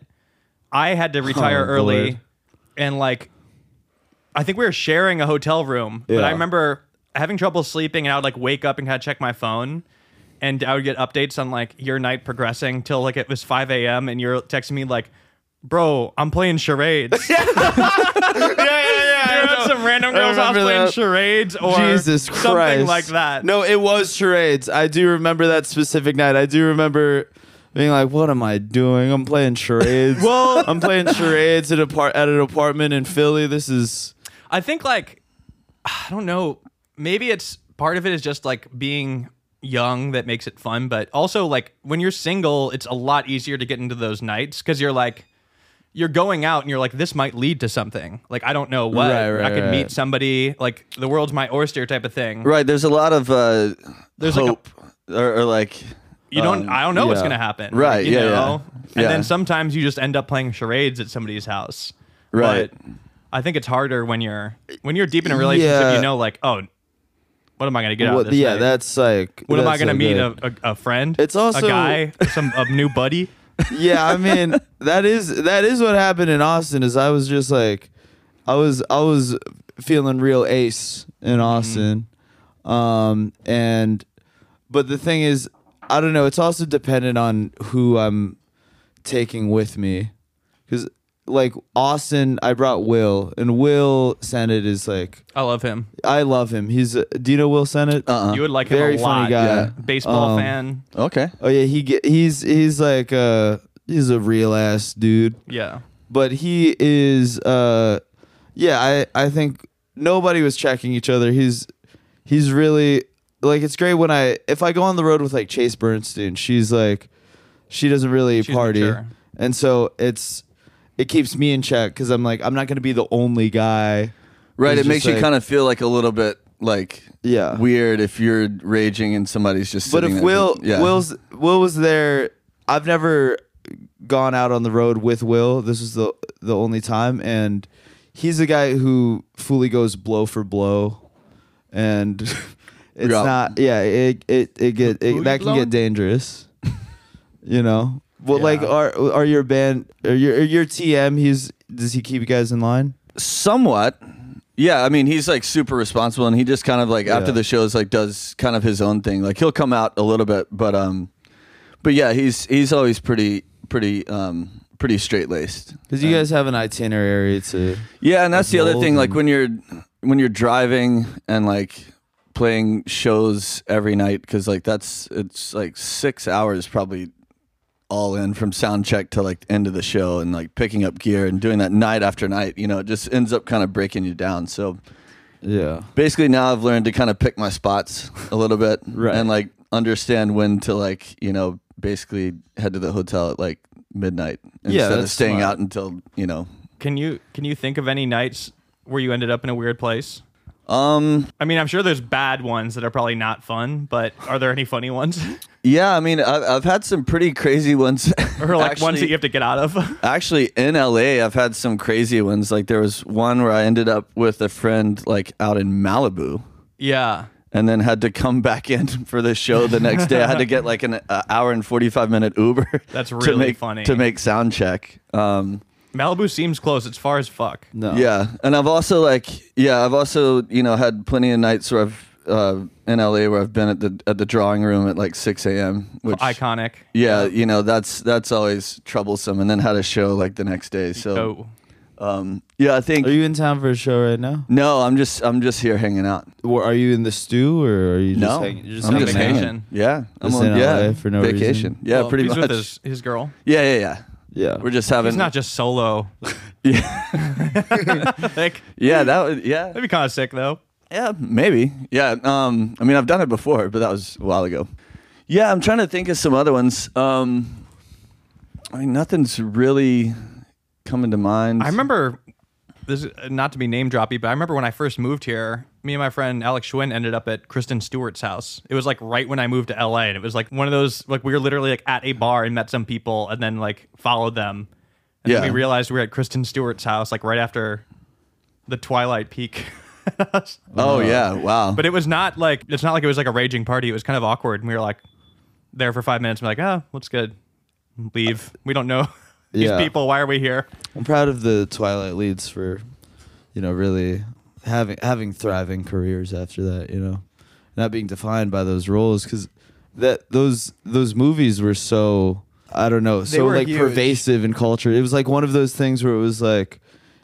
B: I had to retire
C: Oh,
B: early,
C: Lord.
B: and like, I think we were sharing a hotel room. But I
C: Yeah.
B: remember having trouble sleeping, and I would like wake up and kind of check my phone and I would get updates on like your night progressing till like it was 5 a.m. and you're texting me like, bro, I'm playing charades. yeah, yeah, yeah. There was some random girls I was
C: remember
B: playing
C: that.
B: charades or
C: Jesus Christ.
B: something like that.
C: No, it was charades. I do remember that specific night. I do remember being like, "What am I doing? I'm playing charades." well, I'm playing charades at a par- at an apartment in Philly. This is
B: I think like I don't know. Maybe it's part of it is just like being young that makes it fun, but also like when you're single, it's a lot easier to get into those nights because you're like you're going out and you're like this might lead to something. Like I don't know what
C: Right, right,
B: I could
C: right.
B: meet somebody. Like the world's my oyster type of thing.
A: right. There's a lot of uh, there's
B: like a-
A: hope or, or like
B: You don't.
A: um,
B: I don't know what's
C: yeah.
B: gonna happen.
A: Right,
B: Like, you
A: yeah, yeah.
B: know? And
A: Yeah.
B: then sometimes you just end up playing charades at somebody's house.
A: Right.
B: But I think it's harder when you're when you're deep in a relationship.
C: Yeah.
B: You know, like oh, what am I gonna get out
C: what,
B: of this?
C: yeah,
B: night?
C: that's like.
B: When am I
C: that's
B: gonna
C: so
B: meet
C: good.
B: a, a, a friend?
C: It's also-
B: a guy, some a new buddy.
C: yeah, I mean that is that is what happened in Austin. Is I was just like, I was I was feeling real ace in Austin, um, and but the thing is, I don't know. It's also dependent on who I'm taking with me, because like Austin, I brought Will, and Will Senate is like
B: I love him.
C: I love him. He's a, do you know Will Senate?
A: uh-uh.
B: You would like
C: Very
B: him a
C: funny
B: lot.
C: guy.
A: Yeah.
B: Baseball
C: Um,
B: fan.
A: okay.
C: Oh yeah, he get, he's he's like uh he's a real ass dude.
B: Yeah.
C: but he is uh yeah i i think nobody was checking each other he's he's really like it's great when i if i go on the road with like chase bernstein she's like she doesn't really
B: She's
C: party
B: mature.
C: and so it's it keeps me in check because i'm like i'm not gonna be the only guy
A: Right. It
C: who's
A: makes
C: just
A: you
C: like-
A: kind of feel like a little bit like
C: Yeah.
A: weird if you're raging and somebody's just.
C: but
A: sitting
C: if
A: there.
C: will
A: yeah.
C: will's will was there i've never gone out on the road with will this is the the only time and he's a guy who fully goes blow for blow and it's
A: Yeah.
C: not yeah it it, it get
A: Who you
C: it, that can
A: blowing?
C: get dangerous you know well like
B: Yeah.
C: are are your band are your are your tm he's does he keep you guys in line
A: somewhat. Yeah, I mean he's like super responsible, and he just kind of like after
C: Yeah.
A: the shows like does kind of his own thing. Like he'll come out a little bit, but um, but yeah, he's he's always pretty pretty um pretty straight laced.
C: because you guys have an itinerary to
A: Yeah, and that's the other
C: mold
A: thing. Like
C: and-
A: when you're when you're driving and like playing shows every night because like that's it's like six hours probably all in from sound check to like end of the show and like picking up gear and doing that night after night. You know, it just ends up kind of breaking you down. So
C: yeah
A: basically now I've learned to kind of pick my spots a little bit
C: Right.
A: and like understand when to like you know basically head to the hotel at like midnight
C: Yeah,
A: instead of
C: that's
A: staying
C: smart.
A: out until you know
B: Can you can you think of any nights where you ended up in a weird place?
A: Um,
B: I mean, I'm sure there's bad ones that are probably not fun, but are there any funny ones?
A: yeah, I mean, I've, I've had some pretty crazy ones.
B: or like ones that
A: actually-
B: you have to get out of?
A: Actually, in LA, I've had some crazy ones. Like there was one where I ended up with a friend like out in Malibu,
B: yeah.
A: and then had to come back in for the show the next day. I had to get like an uh, hour and forty five minute Uber.
B: That's
A: to
B: really
A: make,
B: funny.
A: to make sound check. Um,
B: Malibu seems close. It's far as fuck.
C: No.
A: yeah, and I've also like yeah, I've also you know had plenty of nights where I've uh, in LA where I've been at the at the drawing room at like six a.m. Which
B: Iconic.
A: yeah, you know that's that's always troublesome, and then had a show like the next day. So
B: Oh.
A: um, yeah, I think
C: Are you in town for a show right now?
A: No, I'm just I'm just here hanging out.
C: Or are you in the stew or are you just
A: No,
C: hanging? You're just
A: I'm
B: on
C: hanging
A: just
C: out?
B: vacation.
A: hanging. Yeah, I'm
C: Just in
A: yeah
C: LA for no
A: vacation.
C: reason?
A: Yeah,
B: Well,
A: pretty
B: he's
A: much.
B: with his, his girl.
A: Yeah, yeah, yeah.
C: Yeah.
A: We're just having.
B: He's not just solo.
A: Yeah,
B: like,
A: yeah, that would. Yeah,
B: that'd be kind of sick though.
A: yeah, maybe. Yeah. Um, I mean, I've done it before, but that was a while ago. Yeah, I'm trying to think of some other ones. Um, I mean, nothing's really coming to mind.
B: I remember this is uh, not to be name droppy, but I remember when I first moved here, me and my friend Alex Schwinn ended up at Kristen Stewart's house. It was like right when I moved to LA and it was like one of those like we were literally like at a bar and met some people and then like followed them. And then
A: Yeah.
B: we realized we were at Kristen Stewart's house like right after the twilight peak.
A: Oh yeah, wow.
B: But it was not like it's not like it was like a raging party. It was kind of awkward. And we were like there for 5 minutes and we're like, "Oh, what's good?" Leave. We don't know these
C: Yeah.
B: people. Why are we here?
C: I'm proud of the Twilight leads for, you know, really having having thriving careers after that. You know, not being defined by those roles because that those those movies were so I don't know so
B: were
C: like
B: huge.
C: pervasive in culture. It was like one of those things where it was like.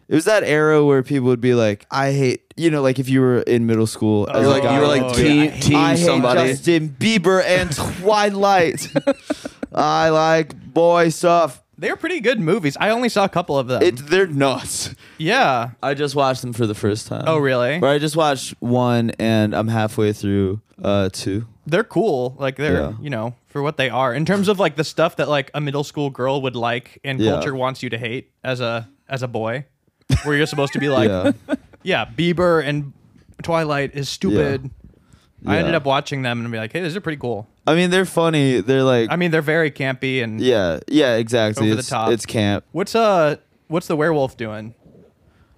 C: It was that era where people would be like, "I hate," you know, like if you were in middle school, as
A: you
C: a
A: were like
C: guy,
A: you were like
B: Oh,
A: team
B: yeah.
A: team
C: I hate
A: somebody.
C: Justin Bieber and Twilight. I like boy stuff.
B: They're pretty good movies. I only saw a couple of them.
C: It, they're nuts.
B: yeah.
C: I just watched them for the first time.
B: Oh, really?
C: But I just watched one, and I'm halfway through uh two.
B: They're cool. Like they're,
C: Yeah.
B: you know, for what they are. In terms of like the stuff that like a middle school girl would like and
C: Yeah.
B: culture wants you to hate as a as a boy. Where you're supposed to be like, yeah.
C: Yeah,
B: Bieber and Twilight is stupid. I ended
C: Yeah.
B: up watching them and be like, hey, these are pretty cool.
C: I mean they're funny. They're like,
B: I mean, they're very campy and
C: yeah, yeah, exactly.
B: Over the
C: it's
B: top.
C: it's camp.
B: what's uh what's the werewolf doing?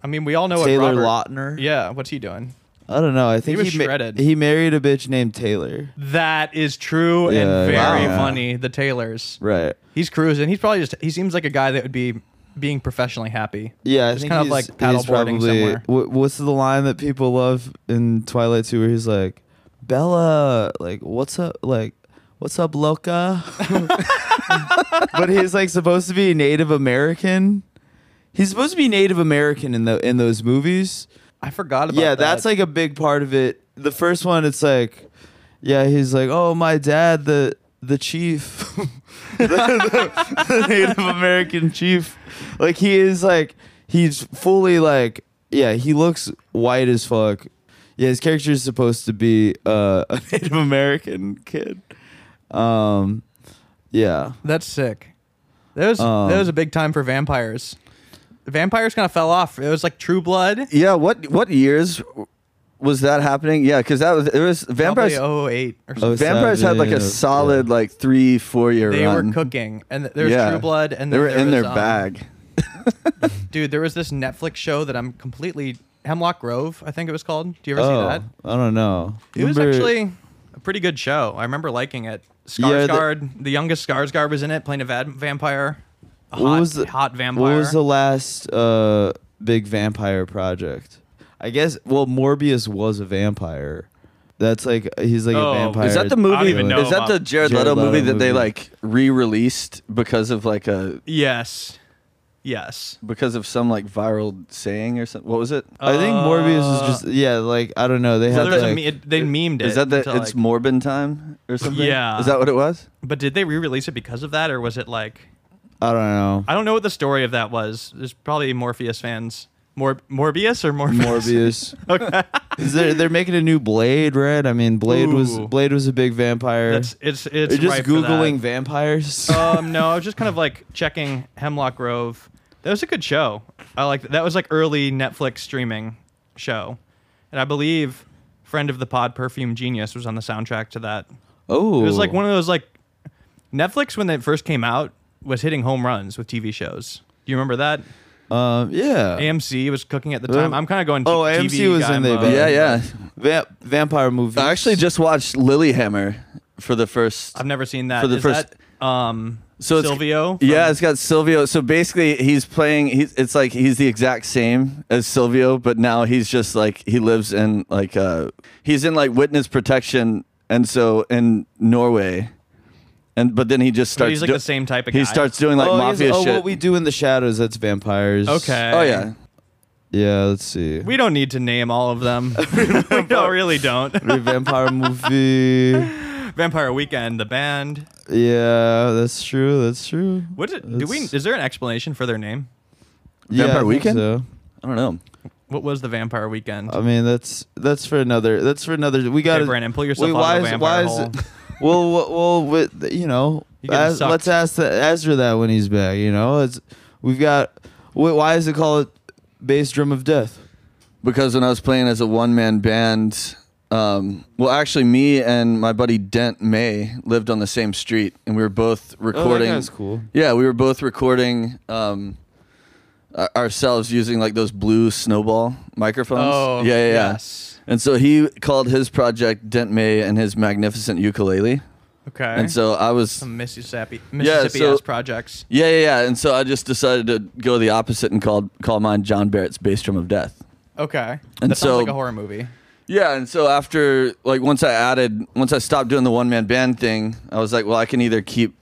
B: I mean, we all know what
C: Taylor
B: Oh, Robert,
C: Lautner.
B: Yeah, what's he doing?
C: I don't know. I think
B: was
C: ma-
B: shredded.
C: he married a bitch named Taylor.
B: That is true
C: Yeah,
B: and very
C: wow.
B: funny. The Taylors.
C: Right.
B: He's cruising. He's probably just. He seems like a guy that would be being professionally happy.
C: Yeah, I
B: Just
C: think
B: kind of
C: he's-
B: like paddle
C: he's
B: boarding
C: probably,
B: somewhere.
C: wh- what's the line that people love in Twilight Two, where he's like, "Bella, like, what's up, like, what's up, loca?" but he's like supposed to be Native American. He's supposed to be Native American in the in those movies.
B: I forgot about.
C: Yeah,
B: that.
C: that's like a big part of it. The first one, it's like, yeah, he's like, oh, my dad, the the chief, the, the- the Native American chief, like he is like he's fully like yeah, he looks white as fuck. Yeah, his character is supposed to be uh, a Native American kid. Um, yeah,
B: that's sick. That was
C: Um,
B: that was a big time for vampires. Vampires kind of fell off. It was like True Blood.
A: Yeah, what what years was that happening? Yeah, because that was it was vampires.
B: Probably 08 or something.
C: Oh,
A: Vampires had like a
C: Savage,
A: solid like three, four year
B: They
A: run.
B: were cooking, and th- there was
A: Yeah.
B: True Blood, and
A: they
B: then
A: were
B: there
A: in
B: was,
A: their
B: um,
A: bag.
B: Dude, there was this Netflix show that I'm completely Hemlock Grove. I think it was called. Do you ever see
C: Oh,
B: that?
C: I don't know.
B: It was
C: Remember-
B: actually a pretty good show. I remember liking it.
C: Yeah, the-
B: Skarsgård, the, youngest Skarsgård was in it, playing a va- vampire. A
C: what
B: hot,
C: was the
B: hot vampire?
C: What was the last uh, big vampire project? I guess. Well, Morbius was a vampire. That's like he's like
B: Oh,
C: a
B: is
C: vampire.
A: Is that the
B: I don't
A: movie?
B: even know
A: Is that
B: about-
A: the Jared,
C: Jared
A: Leto,
C: Leto
A: movie that they
C: movie.
A: like re-released because of like a
B: yes, yes.
A: because of some like viral saying or something? What was it? Is
C: I think Morbius is
B: Uh,
C: just yeah. Like I don't know. They
B: So
C: had
B: there was a
C: like,
B: me- it, they memed it.
A: that the
B: into,
A: it's
B: like-
A: Morbin time Um, or something?
B: Yeah.
A: Is that what it was?
B: But did they re-release it because of that, or was it like
C: I don't know.
B: I don't know what the story of that was. There's probably Morpheus fans. Mor- Morbius or Morpheus?
C: Morbius. okay. They're they're making a new Blade, right? I mean, Blade was
B: Ooh.
C: Blade was a big vampire.
B: That's it's it's
C: They're just
B: ripe for that. Oh.
C: googling vampires.
B: Um, no, I was just kind of like checking Hemlock Grove. That was a good show. I like that was like early Netflix streaming show, and I believe friend of the pod Perfume Genius was on the soundtrack to that.
C: Oh,
B: It was like one of those like Netflix when it first came out was hitting home runs with TV shows. Do you remember that?
C: Um, yeah.
B: AMC was cooking at the time.
C: Uh,
B: I'm kind of going.
C: oh,
B: TV
C: AMC was
B: guy
C: in there,
B: mode.
C: but-
A: yeah, yeah.
C: Va- vampire movie.
A: I actually just watched Lilyhammer for the first.
B: I've never seen that.
A: For the
B: Is
A: first-
B: that, um,
A: So it's-
B: Silvio. from-
A: yeah, it's got Silvio. So basically, he's playing. He's it's like he's the exact same as Silvio, but now he's just like he lives in like uh he's in like witness protection, and so in Norway, and but then he just starts.
B: he's like the same type of
A: He
B: guy.
A: starts doing like
C: oh, yes,
A: mafia
C: oh,
A: shit.
C: what we do in the shadows. That's vampires.
B: Okay.
A: oh yeah,
C: Yeah. Let's see.
B: We don't need to name all of them. we don't, really don't.
C: vampire movie.
B: Vampire Weekend, the band.
C: Yeah, that's true. That's true.
B: What did, do we?
C: That's-
B: Is there an explanation for their name?
C: Yeah,
A: Vampire
C: I think
A: Weekend?
C: so.
A: I don't know.
B: What was the Vampire Weekend?
A: Uh,
C: I mean, that's that's for another. That's for another. We got to
B: Brandon, pull yourself out of the vampire hole.
C: well, well, well, with, you know,
B: You're getting
C: as-
B: sucked.
C: let's ask the, Ezra that when he's back. You know, it's we've got. Wh- why is it called bass drum of death?
A: because when I was playing as a one man band, um, well, actually, me and my buddy Dent May lived on the same street, and we were both recording.
C: Oh, guy's cool.
A: Yeah, we were both recording um, our- ourselves using like those blue snowball microphones.
B: Oh,
A: yeah, yeah, yeah.
B: yes.
A: And so he called his project Dent May and his magnificent ukulele.
B: okay.
A: And so I was
B: some Mississippi Mississippi
A: so-
B: ass projects.
A: yeah, yeah, yeah. And so I just decided to go the opposite and called call mine John Barrett's bass drum of death.
B: Okay.
A: And
B: that sounds
A: so-
B: like a horror movie.
A: Yeah, and so after like once I added once I stopped doing the one man band thing, I was like, well, I can either keep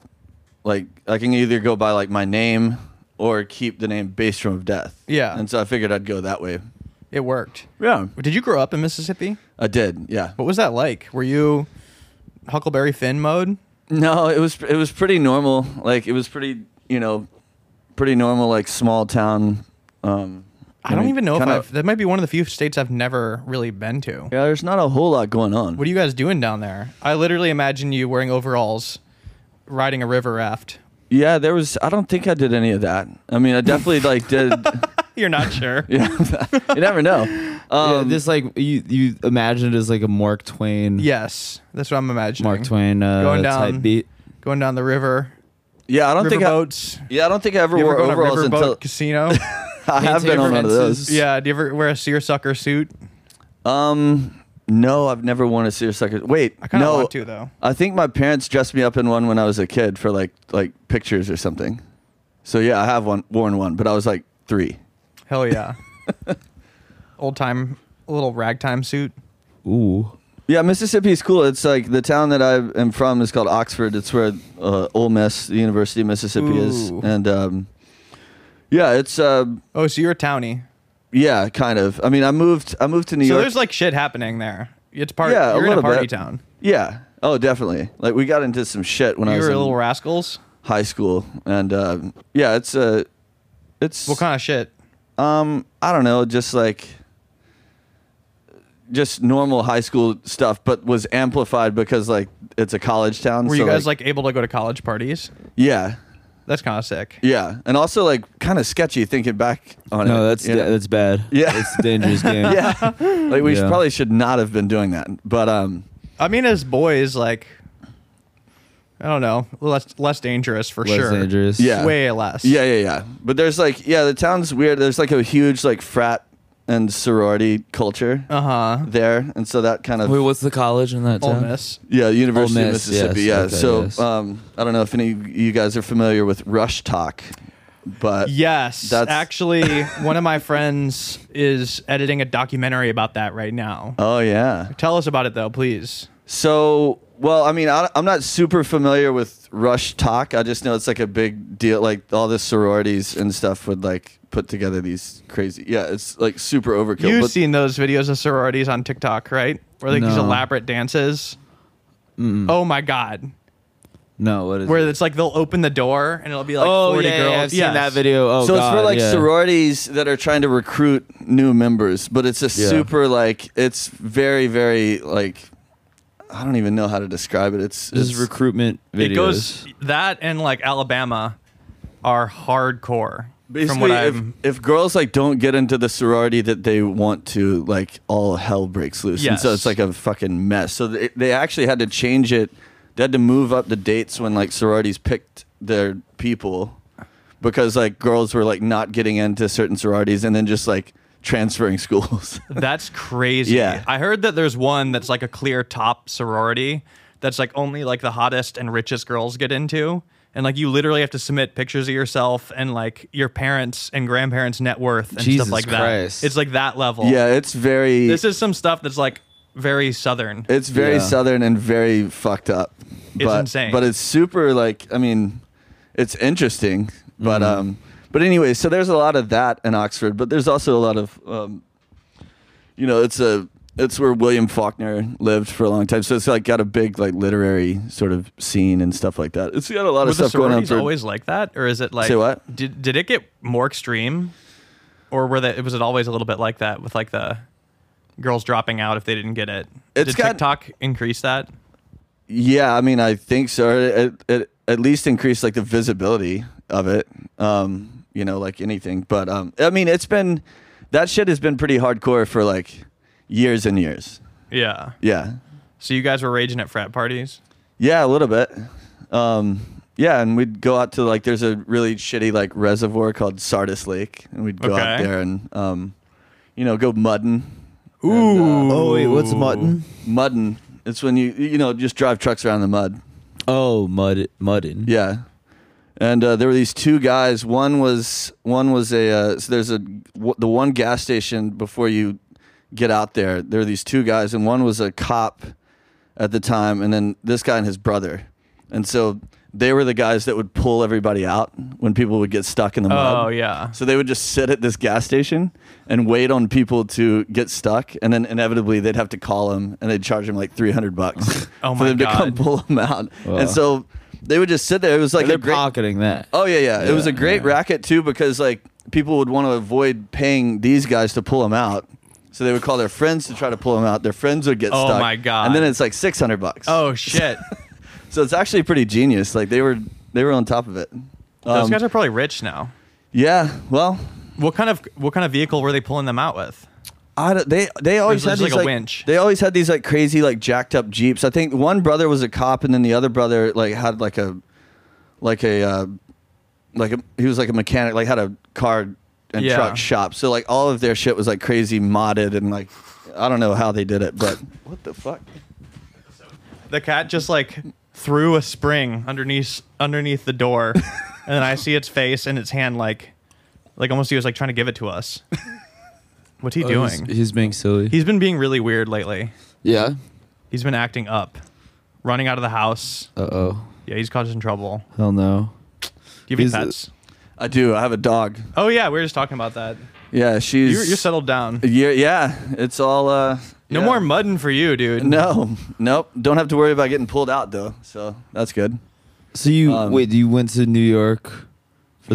A: like I can either go by like my name or keep the name Bass Drum of Death.
B: Yeah.
A: And so I figured I'd go that way.
B: It worked.
A: Yeah.
B: Did you grow up in Mississippi?
A: I did. Yeah.
B: What was that like? Were you Huckleberry Finn mode?
A: No, it was it was pretty normal. Like it was pretty, you know, pretty normal like small town um
B: I don't even know
A: kinda-
B: if I've, that might be one of the few states I've never really been to.
A: Yeah, there's not a whole lot going on.
B: What are you guys doing down there? I literally imagine you wearing overalls, riding a river raft.
A: yeah, there was I don't think I did any of that. I mean, I definitely like did
B: You're not sure.
A: Yeah. you never know. Uh,
C: yeah, this like you you imagine it as like a Mark Twain.
B: Yes, that's what I'm imagining.
C: Mark Twain uh,
B: Going down.
C: type beat.
B: going down the river,
A: Yeah, I don't
B: river
A: think I,
B: boats.
A: Yeah, I don't think I ever
B: You ever
A: wore
B: go to a
A: overalls
B: riverboat
A: until
B: casino?
A: I have been on one of those.
B: yeah. Do you ever wear a seersucker suit?
A: Um, no, I've never worn a seersucker. Wait,
B: I kind of
A: no,
B: want to though.
A: I think my parents dressed me up in one when I was a kid for like like pictures or something. So yeah, I have one worn one, but I was like three.
B: Hell yeah. Old time, little ragtime suit.
C: Ooh.
A: Yeah, Mississippi is cool. It's like the town that I am from is called Oxford. It's where uh, Ole Miss, the University of Mississippi, is,
B: Ooh.
A: and um, yeah, it's uh,
B: Oh, so you're a townie.
A: yeah, kind of. I mean, I moved I moved to New
B: so
A: York.
B: there's like shit happening there. It's part.
A: Yeah, a
B: you're in a
A: little
B: party
A: bit.
B: town.
A: Yeah. Oh, definitely. Like we got into some shit when I
B: you
A: was
B: were
A: in
B: little rascals.
A: high school, and um, yeah, it's uh, it's
B: What kind of shit?
A: um, I don't know, just like just normal high school stuff, but was amplified because like it's a college town.
B: Were you
A: so,
B: guys like able to go to college parties?
A: yeah,
B: That's kind of sick.
A: yeah, and also like kind of sketchy thinking back on it.
C: No, that's
A: you know?
C: that's bad.
A: Yeah.
C: it's a dangerous game.
A: yeah. like we should-
C: Yeah.
A: probably should not have been doing that, but um,
B: I mean, as boys, like, I don't know, less less dangerous for
C: Less
B: sure.
C: dangerous.
A: Yeah.
B: way less.
A: Yeah, yeah, yeah. But there's like, yeah, the town's weird. There's like a huge like frat and sorority culture
B: Uh huh.
A: there, and so that kind of
C: Wait, what's the college in that
B: Ole
C: town?
B: Miss.
A: yeah, University
C: Ole
A: of
C: Miss,
A: Mississippi.
C: yes,
A: yeah.
C: okay,
A: so
C: yes.
A: um, I don't know if any of you guys are familiar with Rush Talk, but
B: Yes,
A: That's-
B: actually, one of my friends is editing a documentary about that right now.
A: oh yeah.
B: Tell us about it though, please.
A: So, well, I mean, I, I'm not super familiar with Rush Talk. I just know it's like a big deal. Like all the sororities and stuff would like put together these crazy. Yeah, it's like super overkill.
B: You've
A: but-
B: seen those videos of sororities on TikTok, right? Where like these
C: No.
B: elaborate dances. Oh my god!
C: No, what is
B: Where
C: it?
B: it's like they'll open the door and it'll be like
C: oh,
B: 40
C: yeah,
B: girls.
C: yeah, I've seen
B: Yes.
C: that video. Oh,
A: so it's for
C: God,
A: like
C: yeah.
A: sororities that are trying to recruit new members, but it's a
C: Yeah.
A: super like it's very very like I don't even know how to describe it. It's, it's
C: This is recruitment videos.
B: It goes that and like Alabama are hardcore. from
A: Basically,
B: what
A: if,
B: I'm.
A: if girls like don't get into the sorority that they want to, like all hell breaks loose, and so
B: Yes.
A: it's like a fucking mess. So they, they actually had to change it. They had to move up the dates when like sororities picked their people, because like girls were like not getting into certain sororities and then just like transferring schools.
B: That's crazy.
A: Yeah.
B: I heard that there's one that's like a clear top sorority that's like only like the hottest and richest girls get into. And like you literally have to submit pictures of yourself and like your parents and grandparents' net worth and
C: Jesus
B: stuff like
C: Christ.
B: that. It's like that level.
A: yeah, it's very
B: This is some stuff that's like very southern.
A: It's very
C: Yeah.
A: southern and very fucked up.
B: It's
A: but,
B: insane.
A: But it's super like I mean, it's interesting. But
B: Mm-hmm.
A: um, but anyway, so there's a lot of that in Oxford, but there's also a lot of um, you know, it's a it's where William Faulkner lived for a long time. So it's like got a big like literary sort of scene and stuff like that. It's got a lot
B: Were
A: of
B: the
A: stuff going on.
B: sororities
A: For,
B: always like that, or is it like
A: Say what?
B: Did did it get more extreme, or were that was it always a little bit like that with like the girls dropping out if they didn't get it?
A: It's
B: did
A: got-
B: TikTok increase that?
A: Yeah, I mean, I think so. It, it, it at least increased like the visibility of it. Um, you know, like anything. But um, I mean, it's been that shit has been pretty hardcore for like years and years.
B: Yeah.
A: Yeah,
B: So you guys were raging at frat parties.
A: yeah, a little bit. Um, yeah, and we'd go out to like there's a really shitty like reservoir called Sardis Lake, and we'd go out
B: Okay.
A: there and um, you know, go mudding.
B: Ooh.
C: Oh wait, what's mutton?
A: Mudding. It's when you you know just drive trucks around the mud.
C: Oh, mud muddin.
A: Yeah. And uh, there were these two guys. One was one was a uh, so there's a w- the one gas station before you get out there. There were these two guys, and one was a cop at the time, and then this guy and his brother. And so they were the guys that would pull everybody out when people would get stuck in the mud.
B: Oh yeah.
A: So they would just sit at this gas station and wait on people to get stuck, and then inevitably they'd have to call them, and they'd charge them like three hundred bucks
B: Oh
A: for
B: my
A: them to come
B: God.
A: pull them out.
C: Wow.
A: And so they would just sit there. It was like
C: They're
A: a great.
C: pocketing that.
A: Oh yeah, yeah. it was a
C: Yeah,
A: great
C: yeah.
A: racket too because like people would want to avoid paying these guys to pull them out. So they would call their friends to try to pull them out. Their friends would get
B: Oh
A: stuck.
B: my God.
A: And then it's like six hundred bucks.
B: Oh shit.
A: so it's actually pretty genius. Like they were, they were on top of it.
B: Those
A: Um,
B: guys are probably rich now.
A: Yeah. Well,
B: What kind of what kind of vehicle were they pulling them out with?
A: I don't- they they always
B: There's
A: had
B: just
A: these
B: like a
A: like,
B: winch.
A: they always had these like crazy like jacked up jeeps. I think one brother was a cop and then the other brother like had like a like a uh, like a, he was like a mechanic like had a car and
B: Yeah.
A: truck shop. So like all of their shit was like crazy modded and like I don't know how they did it, but what the fuck?
B: The cat just like threw a spring underneath underneath the door, and then I see its face and its hand like, like almost he was like trying to give it to us. What's he
C: Oh,
B: doing?
C: he's- He's, being silly.
B: he's been being really weird lately.
C: yeah.
B: He's been acting up, running out of the house.
C: Uh oh.
B: Yeah, he's causing trouble.
C: Hell no.
B: Do you have any
C: He's-
B: pets?
A: I do. I have a dog.
B: Oh yeah, we were just talking about that.
A: Yeah, she's
B: You're, you're settled down.
A: Yeah, yeah, it's all uh
B: No
A: yeah.
B: more mudding for you, dude.
A: No. Nope. Don't have to worry about getting pulled out though. So that's good.
C: So you
A: Um,
C: wait? You went to New York for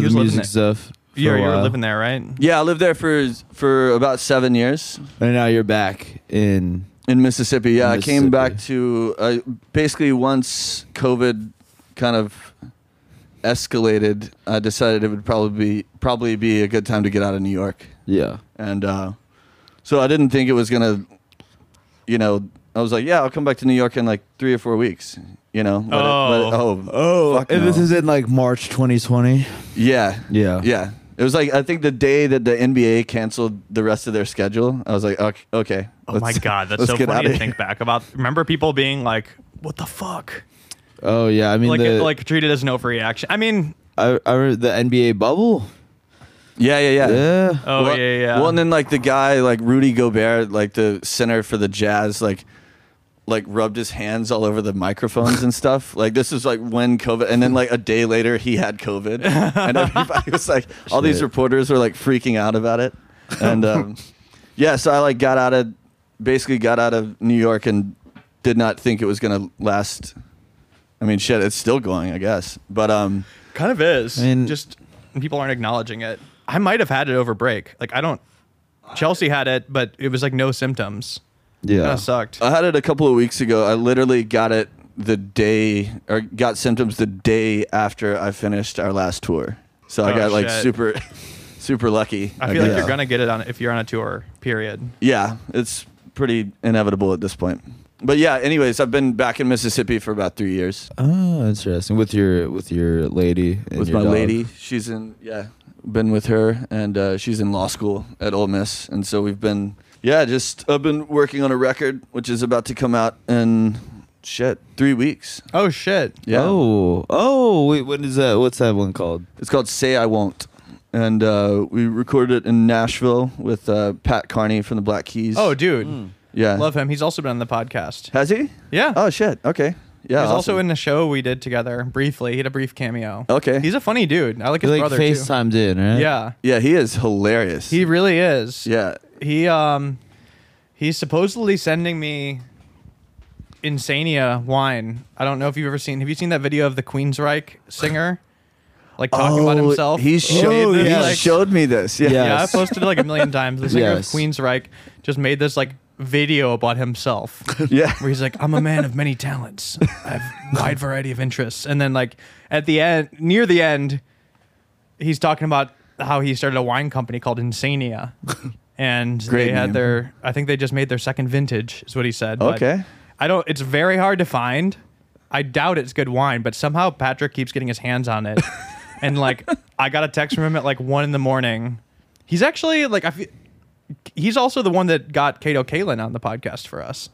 B: He
C: the
B: was living
C: music
B: it.
C: stuff. for
B: you're,
C: a
B: you're
C: while,
B: living there, right?
A: Yeah, I lived there for for about seven years
C: and now you're back in.
A: in Mississippi. Yeah,
C: In
A: I came back
C: Mississippi.
A: to uh, basically once COVID kind of escalated, I decided it would probably be probably be a good time to get out of New York,
C: Yeah.
A: and uh, so I didn't think it was gonna, you know, I was like, yeah, I'll come back to New York in like three or four weeks, you know. Let it- let it- oh,
C: Oh,
A: fuck
C: and this
A: no.
C: is in like March 2020.
A: yeah,
C: Yeah.
A: yeah. It was like I think the day that the NBA canceled the rest of their schedule, I was like, okay, okay
B: Oh my god, that's
A: let's
B: so
A: get
B: funny
A: outta
B: to
A: here.
B: think back about. Remember people being like, "What the fuck?"
C: Oh yeah. I mean,
B: Like
C: the,
B: like treated as an overreaction. I mean,
C: I, I remember the NBA bubble.
A: yeah, yeah,
C: Yeah.
B: oh
A: well,
B: yeah, yeah.
A: Well, and then like the guy, like Rudy Gobert, like the center for the Jazz, like like rubbed his hands all over the microphones and stuff. Like this is like when COVID, and then like a day later he had COVID, and everybody was like, all these
C: Shit.
A: reporters were like freaking out about it, and um, yeah, so I like got out of basically got out of New York and did not think it was gonna last. I mean, shit, it's still going, I guess, but um.
B: kind of is.
C: I mean-
B: just people aren't acknowledging it. I might have had it over break. Like I don't. Chelsea had it, but it was like no symptoms. Kind
C: Yeah.
B: of sucked.
A: I had it a couple of weeks ago. I literally got it the day or got symptoms the day after I finished our last tour. So I
B: Oh,
A: got like
B: shit.
A: super, super lucky.
B: I feel like
A: guess.
B: you're gonna get it on if you're on a tour. Period.
A: Yeah, it's pretty inevitable at this point. But yeah, anyways, I've been back in Mississippi for about three years
C: Oh, interesting. With your with your lady. And
A: with
C: your
A: my
C: dog.
A: lady. She's in yeah, been with her, and uh, she's in law school at Ole Miss, and so we've been yeah, just I've been working on a record which is about to come out in shit three weeks.
B: Oh shit.
A: Yeah,
C: Oh, oh, wait, what is that? What's that one called?
A: it's called "Say I Won't." And uh, we recorded it in Nashville with uh, Pat Carney from the Black Keys.
B: Oh dude,
A: yeah,
B: love him. He's also been on the podcast.
A: Has he?
B: Yeah.
A: Oh shit. Okay. Yeah.
B: He's also
A: awesome.
B: in the show we did together briefly. He had a brief cameo.
A: Okay.
B: He's a funny dude. I like his
C: You like
B: brother
C: FaceTimed in, right?
B: too. Yeah.
A: Yeah, he is hilarious.
B: He really is.
A: yeah.
B: He um he's supposedly sending me Insania wine. I don't know if you've ever seen have you seen that video of the Queensryche singer? Like talking about himself.
A: Oh, He showed,
B: Made this,
A: he
B: like-
A: showed me this. Yeah.
C: Yeah.
B: Yeah, I
C: Yes.
B: posted it like a million times. The singer
C: Yes.
B: of Queensryche just made this like video about himself.
A: Yeah.
B: where he's like, I'm a man of many talents. I have a wide variety of interests. And then like at the end, near the end, he's talking about how he started a wine company called Insania. And
A: Great
B: they had
A: name.
B: their, I think they just made their second vintage, is what he said. But
A: Okay.
B: I don't, it's very hard to find. I doubt it's good wine, but somehow Patrick keeps getting his hands on it. and like, I got a text from him at like one in the morning. He's actually like, I feel, he's also the one that got Kato Kalin on the podcast for us.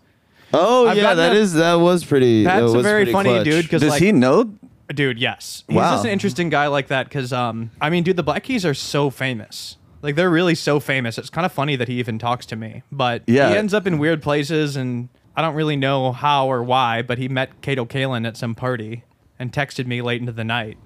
C: Oh,
B: I've
C: yeah.
B: gotten
C: That
B: a-
C: is that was pretty. that
B: Pat's a
C: was
B: very
C: pretty
B: funny
C: clutch.
B: dude because
A: Does
B: like,
A: he know?
B: dude, yes, he's
A: Wow.
B: just an interesting guy like that. Because um, I mean, dude, the Black Keys are so famous. Like they're really so famous. It's kind of funny that he even talks to me, but
A: Yeah.
B: he ends up in weird places, and I don't really know how or why. But he met Kato Kalin at some party and texted me late into the night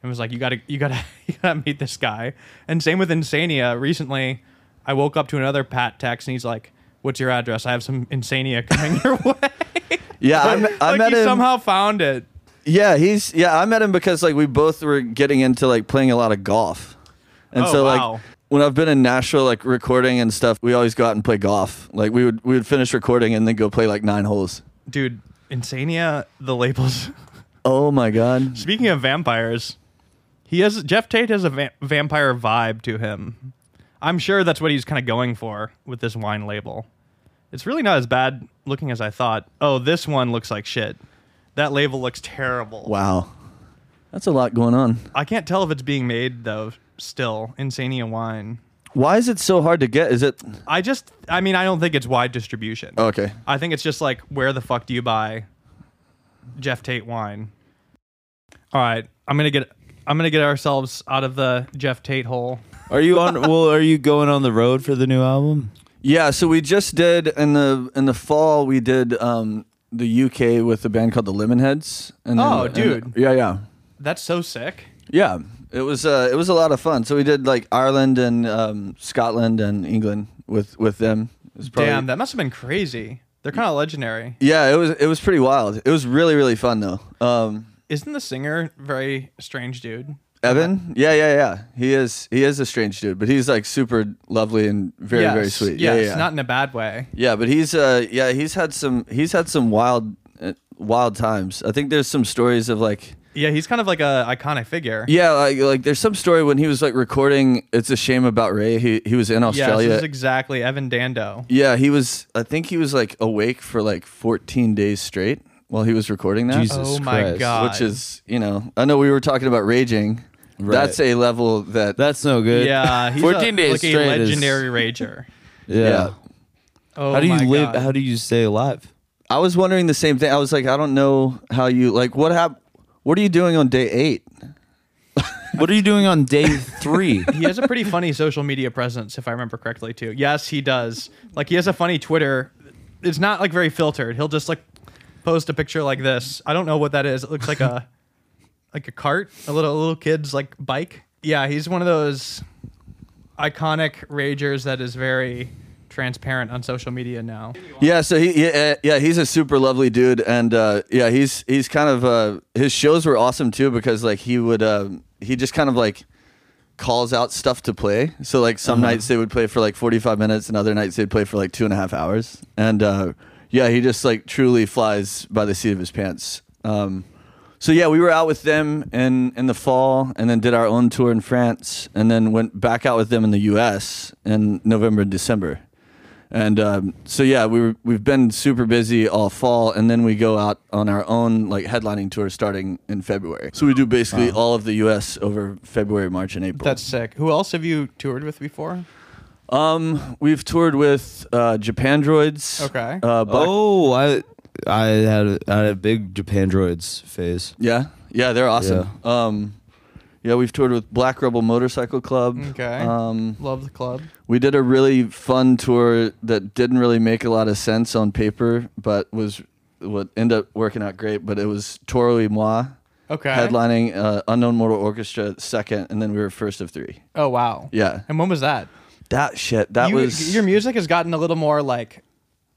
B: and was like, "You gotta, you gotta, you gotta meet this guy." And same with Insania. Recently, I woke up to another Pat text, and he's like, "What's your address? I have some Insania coming your way."
A: Yeah, I, met- I
B: like
A: met
B: he
A: him.
B: somehow found it.
A: yeah, he's yeah, I met him because like we both were getting into like playing a lot of golf, and
B: Oh,
A: so
B: wow.
A: like when I've been in Nashville like recording and stuff, we always go out and play golf. Like we would we would finish recording and then go play like nine holes.
B: Dude, Insania, the labels.
A: Oh my god.
B: Speaking of vampires, he has Jeff Tate has a va- vampire vibe to him. I'm sure that's what he's kind of going for with this wine label. It's really not as bad looking as I thought. Oh, this one looks like shit. That label looks terrible.
A: Wow. That's a lot going on.
B: I can't tell if it's being made though. Still, Insania wine.
A: Why is it so hard to get? Is it
B: I just, I mean, I don't think it's wide distribution.
A: okay?
B: I think it's just like, where the fuck do you buy Jeff Tate wine? All right, I'm gonna get, I'm gonna get ourselves out of the Jeff Tate hole.
C: Are you on? well, are you going on the road for the new album?
A: Yeah, so we just did in the in the fall we did um the UK with a band called the Lemonheads. And then-
B: Oh,
A: and-
B: dude.
A: yeah, yeah,
B: That's so sick.
A: yeah. It was uh, it was a lot of fun. So we did like Ireland and um, Scotland and England with with them. It was probably-
B: Damn, that must have been crazy. They're kind of legendary.
A: yeah, it was it was pretty wild. It was really really fun though. Um,
B: Isn't the singer very strange, dude?
A: Evan, yeah, yeah, yeah. He is he is a strange dude, but he's like super lovely and very
B: Yes,
A: very sweet.
B: Yes,
A: yeah, yeah.
B: not in a bad way.
A: Yeah, but he's uh yeah he's had some he's had some wild uh, wild times. I think there's some stories of like
B: Yeah, he's kind of like a iconic figure.
A: yeah like like there's some story when he was like recording. It's a shame about Ray. He he was in
B: Yes,
A: Australia.
B: this is exactly Evan Dando.
A: yeah, he was. I think he was like awake for like 14 days straight while he was recording that.
B: oh
C: Jesus
B: my
C: Christ.
B: god,
A: Which is you know I know we were talking about raging.
C: Right.
A: That's a level that
C: That's no good.
B: yeah, he's
C: 14
B: a,
C: days
B: like
C: straight
B: a
C: is-
B: legendary rager.
C: Yeah.
A: yeah.
B: Oh
C: How do you
B: my
C: live?
B: God.
C: How do you stay alive?
A: I was wondering the same thing. I was like I don't know how you like what hap- What are you doing on day eight?
C: What are you doing on day three?
B: he has a pretty funny social media presence, if I remember correctly, too. Yes, he does. Like he has a funny Twitter. It's not like very filtered. He'll just like post a picture like this. I don't know what that is. It looks like a like a cart, a little a little kid's like bike. Yeah, he's one of those iconic ragers that is very transparent on social media now.
A: Yeah, so he yeah, uh, yeah he's a super lovely dude, and uh, yeah he's he's kind of uh, his shows were awesome too because like he would uh, he just kind of like calls out stuff to play. So like some nights they would play for like forty five minutes, and other nights they'd play for like two and a half hours, and uh, yeah he just like truly flies by the seat of his pants. Um, So yeah, we were out with them in in the fall, and then did our own tour in France, and then went back out with them in the U.S. in November and December. And um, so yeah, we were, we've been super busy all fall, and then we go out on our own like headlining tour starting in February. So we do basically all of the U.S. over February, March, and April.
B: That's sick. Who else have you toured with before?
A: um, we've toured with uh, Japan Droids.
B: Okay.
A: Uh, Black
C: Oh, I I had a, I had a big Japan droids phase.
A: Yeah, yeah, they're awesome. Um, yeah, we've toured with Black Rebel Motorcycle Club.
B: Okay.
A: Um,
B: Love the club.
A: we did a really fun tour that didn't really make a lot of sense on paper, but was what ended up working out great. But it was Toro y Moi
B: Okay.
A: headlining uh, Unknown Mortal Orchestra second, and then we were first of three.
B: Oh wow.
A: Yeah,
B: And when was that?
A: that shit. That
B: you,
A: was
B: your music has gotten a little more like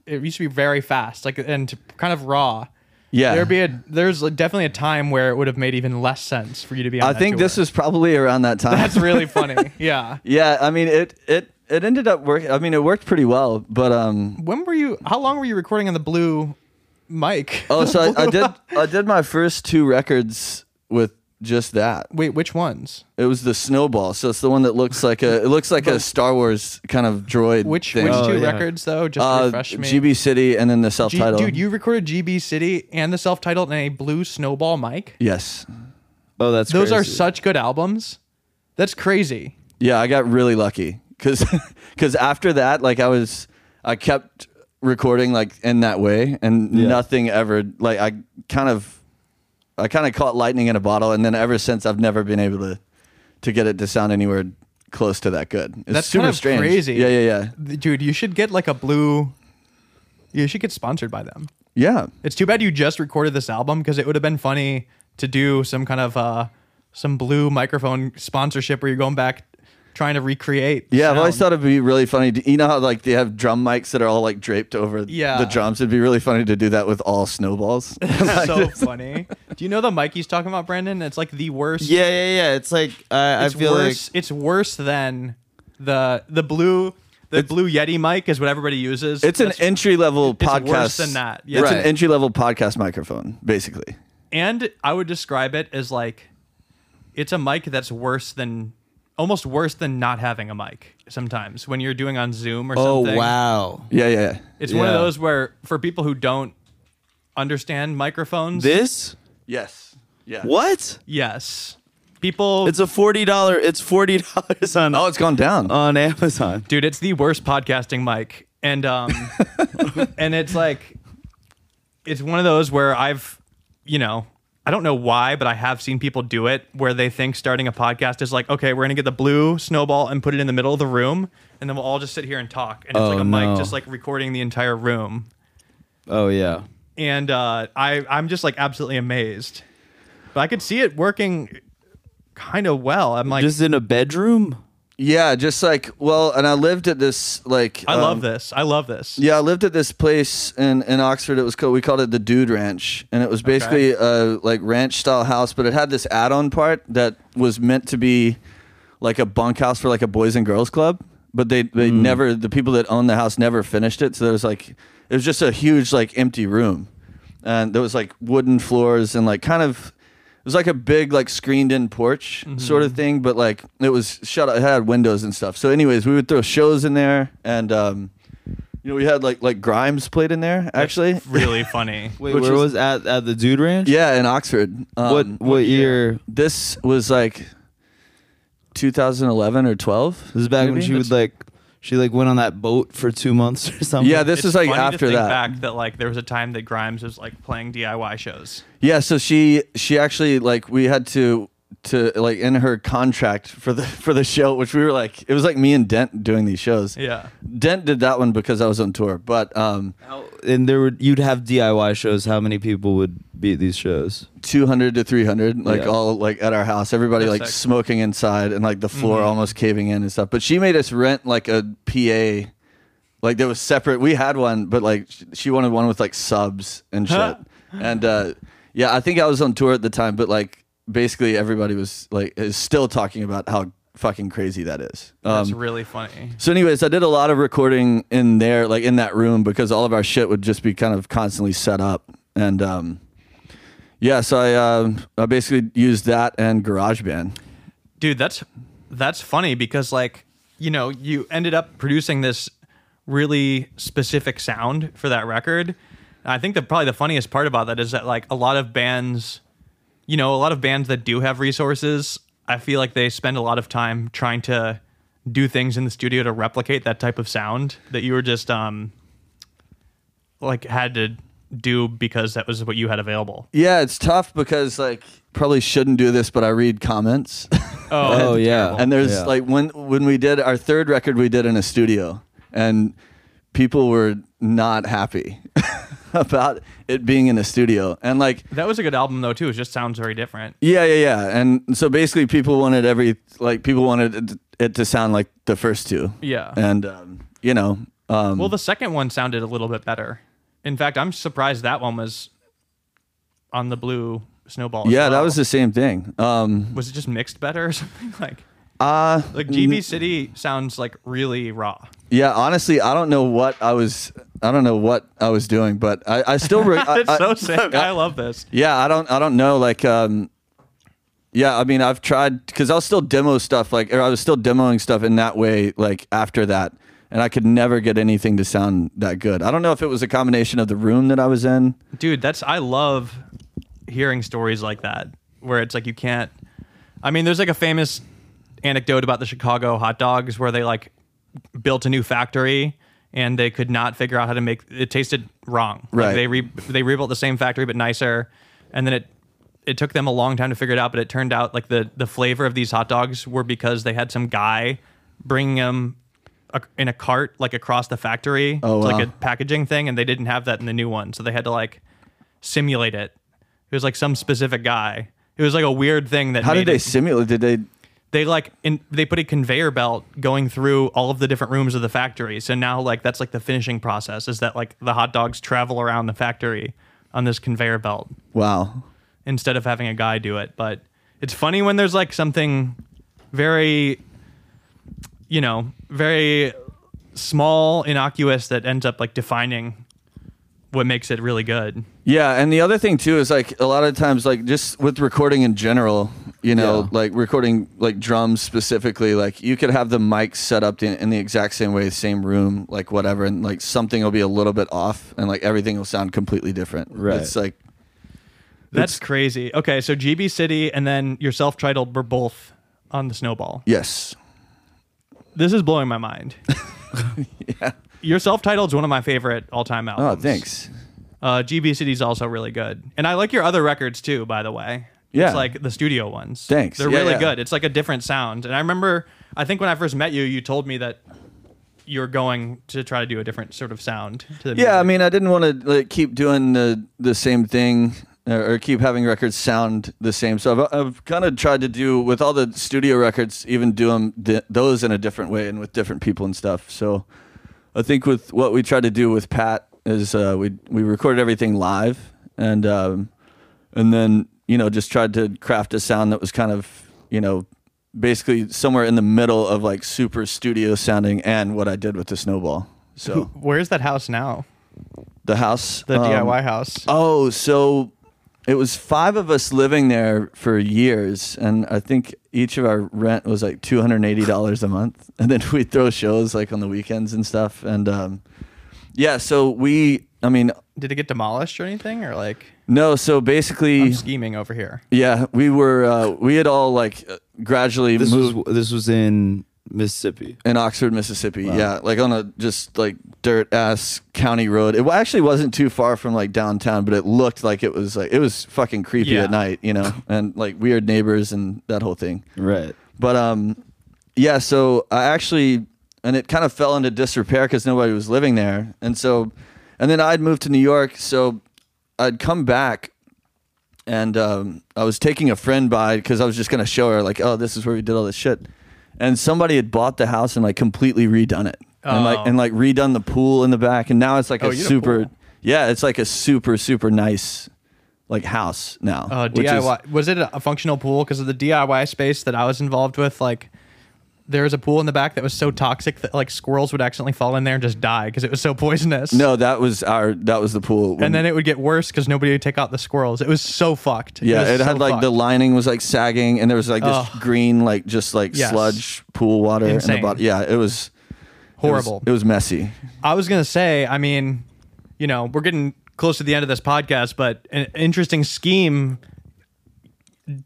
B: it used to be very fast, like and t- kind of raw.
A: yeah.
B: There'd be a there's like, definitely a time where it would have made even less sense for you to be. on
A: I
B: that
A: think
B: tour.
A: this is probably around that time.
B: that's really funny. Yeah.
A: yeah, I mean it. It it ended up working. I mean it worked pretty well, but um,
B: When were you? How long were you recording on the blue mic?
A: Oh, so I, I did. I did my first two records with just that.
B: Wait, which ones?
A: It was the snowball. So it's the one that looks like a. It looks like a Star Wars kind of droid.
B: Which
A: thing. Oh,
B: which two
C: yeah.
B: records though? Just
A: Uh,
B: refresh me.
A: GB City and then the self
B: G-
A: title.
B: dude, you recorded GB City and the self-titled and a blue snowball mic.
A: Yes.
C: Oh, that's
B: Those are
C: crazy.
B: such good albums. That's crazy.
A: Yeah, I got really lucky because after that, like I was, I kept recording like in that way, and nothing ever like I kind of, I kind of caught lightning in a bottle, and then ever since I've never been able to, to get it to sound anywhere close to that good. It's
B: That's
A: super
B: kind of
A: strange.
B: crazy.
A: Yeah, yeah, yeah,
B: Dude, you should get like a blue. You should get sponsored by them.
A: yeah.
B: It's too bad you just recorded this album because it would have been funny to do some kind of uh some blue microphone sponsorship where you're going back trying to recreate.
A: Yeah, I've always
B: sound.
A: thought it'd be really funny. To, you know how like they have drum mics that are all like draped over
B: Yeah.
A: the drums. It'd be really funny to do that with all snowballs. Like,
B: so funny. Do you know the mic he's talking about, Brandon? It's like the worst.
C: Yeah, yeah, yeah. It's like I I
B: it's
C: feel
B: worse.
C: like
B: it's worse than the the blue the blue Yeti mic is what everybody uses.
A: It's an
B: That's-
A: entry level
B: it's
A: podcast.
B: worse than that. Yeah.
A: It's
B: Right.
A: an entry level podcast microphone, basically.
B: and I would describe it as like it's a mic that's worse than almost worse than not having a mic sometimes when you're doing on Zoom or
C: oh
B: something.
C: wow.
A: Yeah, yeah, yeah.
B: It's one of
C: Yeah.
B: those where for people who don't understand microphones,
C: This
A: yes. Yeah.
C: what?
B: yes. People
C: It's a forty dollar. It's forty dollars on Uh,
A: Oh, it's gone down.
C: on Amazon.
B: dude it's the worst podcasting mic and um and it's like it's one of those where i've you know i don't know why but i have seen people do it where they think starting a podcast is like okay we're gonna get the blue snowball and put it in the middle of the room and then we'll all just sit here and talk and it's like
C: Oh,
B: a
C: no.
B: mic just like recording the entire room
C: Oh yeah.
B: and uh i i'm just like absolutely amazed but i could see it working kind of well i'm like
C: Just in a bedroom.
A: yeah, just like well, and I lived at this like
B: i love
A: um,
B: this i love this
A: Yeah, I lived at this place in, in Oxford. It was called we called it the Dude Ranch, and it was basically a like ranch style house, but it had this add on part that was meant to be like a bunkhouse for like a boys and girls club. But they they
C: Hmm.
A: never the people that owned the house never finished it, so there was like it was just a huge like empty room, and there was like wooden floors and like kind of. It was like a big, like screened in porch
C: Mm-hmm.
A: sort of thing, but like it was shut up, it had windows and stuff. So, anyways, we would throw shows in there and um, you know, we had like like Grimes played in there actually.
B: really funny
C: Wait,
A: Which
C: where
A: is-
C: was at at the Dude Ranch?
A: Yeah, in Oxford. Um,
C: What what year?
A: This was like 2011 or 12.
C: This is back when
A: maybe?
C: she would like she like went on that boat for two months or something.
A: Yeah, this
B: It's
A: is like
B: funny to
A: after
B: think
A: that.
B: Back that like there was a time that Grimes was like playing DIY shows.
A: Yeah, so she she actually like we had to to like in her contract for the for the show, which we were like it was like me and Dent doing these shows.
B: Yeah.
A: Dent did that one because I was on tour, but um,
C: How- and there would you'd have DIY shows. How many people would be at these shows?
A: 200 to 300 like
C: Yeah.
A: all like at our house everybody
B: That's
A: like
B: sick.
A: smoking inside and like the floor almost caving in and stuff but she made us rent like a pa like there was separate we had one but like sh- she wanted one with like subs and shit and uh yeah i think i was on tour at the time but like basically everybody was like is still talking about how fucking crazy that is
B: That's really funny.
A: so, anyways, I did a lot of recording in there, like in that room, because all of our shit would just be kind of constantly set up, and um, Yeah, so I um I basically used that and GarageBand.
B: dude that's that's funny because like you know you ended up producing this really specific sound for that record And i think that probably the funniest part about that is that like a lot of bands you know a lot of bands that do have resources i feel like they spend a lot of time trying to do things in the studio to replicate that type of sound that you were just um like had to do because that was what you had available
A: Yeah, it's tough because like probably shouldn't do this, but I read comments.
C: Oh, yeah.
A: and there's
C: Yeah.
A: like when when we did our third record we did in a studio and people were not happy about it being in a studio. And like
B: that was a good album though too it just sounds very different
A: yeah, yeah, yeah. And so basically people wanted every like people wanted it- it to sound like the first two.
B: Yeah.
A: And um, you know, um
B: Well, the second one sounded a little bit better. In fact, I'm surprised that one was on the blue snowball. as
A: yeah, that
B: well.
A: was the same thing. Um
B: Was it just mixed better or something like?
A: uh
B: Like GB City sounds like really raw.
A: Yeah, honestly, I don't know what I was. I don't know what I was doing, but I, I still. Re- I-
B: It's
A: I-
B: so sick. I love this.
A: yeah, I don't. I don't know. Like, um, yeah, I mean, I've tried because I was still demo stuff. Like, or I was still demoing stuff in that way. Like after that, and I could never get anything to sound that good. I don't know if it was a combination of the room that I was in.
B: Dude, that's I love hearing stories like that where it's like you can't I mean, there's like a famous anecdote about the Chicago hot dogs where they like built a new factory and they could not figure out how to make it tasted wrong. Like,
A: Right.
B: they re, they rebuilt the same factory but nicer and then it it took them a long time to figure it out, but it turned out like the the flavor of these hot dogs were because they had some guy bringing them a, in a cart like across the factory
A: Oh,
B: to, like
A: wow.
B: a packaging thing and they didn't have that in the new one so they had to like simulate it it was like some specific guy it was like a weird thing that
A: How did
B: made
A: they
B: it-
A: simulate? Did they?
B: they like in they put a conveyor belt going through all of the different rooms of the factory so now like that's like the finishing process is that like the hot dogs travel around the factory on this conveyor belt
A: Wow.
B: instead of having a guy do it. But it's funny when there's like something very, you know, very small, innocuous that ends up like defining what makes it really good.
A: Yeah, and the other thing too is like a lot of times, like just with recording in general, you know,
C: Yeah.
A: like recording like drums specifically, like you could have the mic set up in, in the exact same way, same room, like whatever, and like something will be a little bit off, and like everything will sound completely different.
C: Right.
A: It's like
B: That's crazy. Okay, so GB City and then your self-titled were both on the Snowball.
A: yes,
B: This is blowing my mind. yeah. Your self-titled is one of my favorite all-time
A: oh
B: albums.
A: thanks,
B: Uh, GB City's also really good, and I like your other records too. By the way,
A: Yeah.
B: it's like the studio ones.
A: Thanks.
B: they're
A: Yeah,
B: really
A: yeah.
B: good. It's like a different sound, and I remember, I think when I first met you, you told me that you're going to try to do a different sort of sound to the
A: yeah. I
B: music.
A: mean, I didn't want to like keep doing the the same thing or or keep having records sound the same. So I've, I've kind of tried to do with all the studio records, even do them th- those in a different way and with different people and stuff. So I think with what we tried to do with Pat is uh, we we recorded everything live and um, and then you know just tried to craft a sound that was kind of you know basically somewhere in the middle of like super studio sounding and what I did with the snowball. So
B: where's that house now?
A: the house,
B: The
A: um,
B: DIY house.
A: Oh, so it was five of us living there for years, and I think each of our rent was like two hundred and eighty dollars a month, and then we throw shows like on the weekends and stuff, and um, yeah. So we, I mean,
B: Did it get demolished or anything, or like
A: no. So basically,
B: scheming over here?
A: yeah, we were uh, we had all like uh, gradually
C: This
A: moved
C: was this was in Mississippi.
A: in Oxford, Mississippi. Yeah, like on a just like dirt ass county road. It wa- actually wasn't too far from like downtown, but it looked like it was like it was fucking creepy
B: Yeah.
A: at night, you know, and like weird neighbors and that whole thing.
C: Right.
A: But um, yeah. So I actually, and it kind of fell into disrepair because nobody was living there, and so, and then I'd moved to New York, so I'd come back, and um, I was taking a friend by because I was just gonna show her like, oh, this is where we did all this shit, and somebody had bought the house and like completely redone it, and like
B: Oh.
A: and like redone the pool in the back, and now it's like
B: Oh,
A: a
B: you had a
A: super,
B: pool.
A: yeah, it's like a super super nice. Like house now.
B: Uh,
A: which is-
B: DIY was it a functional pool? Because of the DIY space that I was involved with, like there was a pool in the back that was so toxic that like squirrels would accidentally fall in there and just die because it was so poisonous.
A: No, that was our that was the pool.
B: And then it would get worse because nobody would take out the squirrels. It was so fucked.
A: yeah,
B: was
A: it
B: so
A: had like the
B: fucked.
A: lining was like sagging, and there was like this
B: Ugh.
A: green like just like
B: Yes.
A: sludge pool water in the
B: Insane.
A: bottom. Yeah, it was it was-
B: horrible.
A: It was messy.
B: I was gonna say, I mean, you know, we're getting close to the end of this podcast, but an interesting scheme.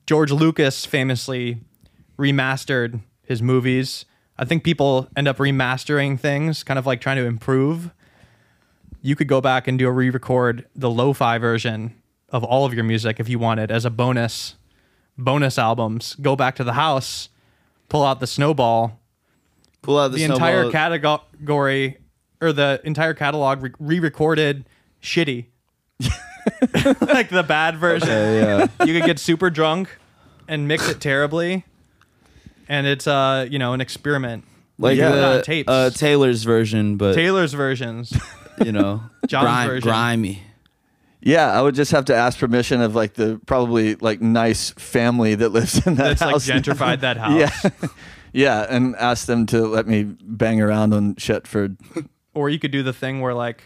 B: George Lucas famously remastered his movies. I think people end up remastering things, kind of like trying to improve. You could go back and do a re-record the lo-fi version of all of your music if you wanted as a bonus bonus albums. Go back to the house, pull out the snowball,
C: Pull out the,
B: the
C: snowball.
B: entire category or the entire catalog re- re-recorded shitty like the bad version
A: Yeah,
B: you could get super drunk and mix it terribly and it's uh you know an experiment
C: like
A: Yeah.
C: the,
B: on tapes.
C: Uh, Taylor's version, but
B: taylor's versions
C: you know,
B: John's
C: grime-
B: version.
C: grimy.
A: yeah. I would just have to ask permission of like the probably like nice family that lives in that
B: that's like
A: house. now.
B: gentrified that house
A: Yeah. yeah, and ask them to let me bang around on shit for
B: or you could do the thing where like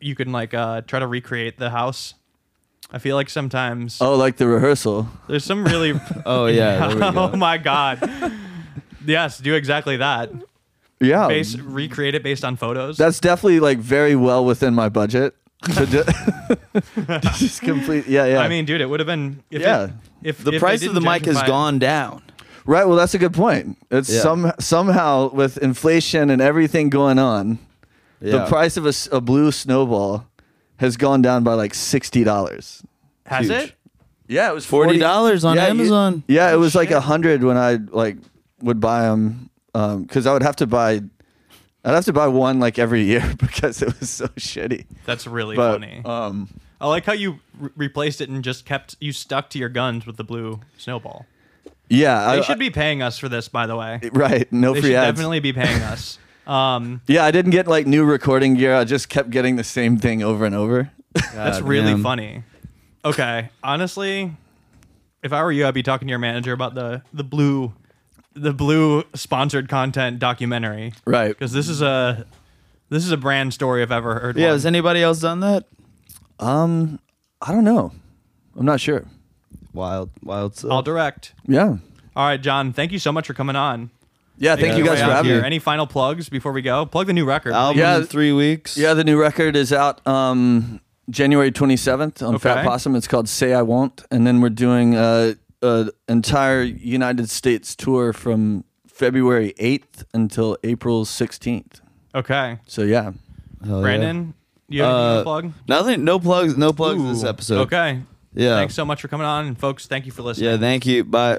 B: you can like uh try to recreate the house i feel like sometimes
A: oh like the rehearsal.
B: there's some really
C: Oh yeah, there we
B: oh
C: go.
B: my god yes do exactly that
A: Yeah.
C: Oh,
B: base recreate it based on photos
A: That's definitely like very well within my budget. To ju- to just complete yeah, yeah.
B: i mean dude it would have been if it-
A: Yeah.
B: if
C: the
B: if they
C: price of the
B: didn't
C: mic has
B: gentrify it-
C: gone down.
A: Right. Well, that's a good point. It's
C: Yeah.
A: some somehow with inflation and everything going on, the price of a, s- a blue snowball has gone down by like sixty dollars.
B: has
C: huge.
B: it
A: Yeah, it was
C: forty dollars on
A: yeah, you-
C: Amazon.
A: yeah, it was like a hundred when I like would buy them because I would have to buy. I'd have to buy one like every year because it was so shitty.
B: that's really
A: But
B: funny
C: uh,
A: um,
B: i like how you re- replaced it and just kept you stuck to your guns with the blue snowball
A: yeah, I,
B: they should be paying us for this by the way
A: right. No
B: they should
A: free ads.
B: definitely be paying us um
A: Yeah, I didn't get like new recording gear. I just kept getting the same thing over and over.
B: that's
C: God
B: really
C: damn.
B: funny okay honestly if i were you i'd be talking to your manager about the the blue the blue sponsored content documentary
A: right.
B: because this is a this is a brand story I've ever heard.
C: Yeah,
B: one.
C: has anybody else done that?
A: Um, I don't know. I'm not sure.
C: Wild, wild. stuff.
B: I'll direct.
A: Yeah.
B: All right, John. Thank you so much for coming on.
A: Yeah. Thank
B: Making
A: you
B: your
A: guys
B: way
A: for
B: out
A: having
B: here.
A: me.
B: Any final plugs before we go? Plug the new record.
C: Album
A: Yeah.
C: in three weeks.
A: Yeah, the new record is out um, January 27th on Fat
B: Okay.
A: Possum. It's called "Say I Won't," and then we're doing uh, an entire United States tour from February 8th until April 16th.
B: Okay,
A: So Oh, yeah,
C: Hell yeah.
B: Brandon. Do you have anything
C: Uh,
B: to plug?
C: Nothing. No plugs. No plugs
B: Ooh,
C: this episode.
B: Okay.
C: Yeah.
B: Thanks so much for coming on, and folks. Thank you for listening.
C: Yeah. Thank you. Bye.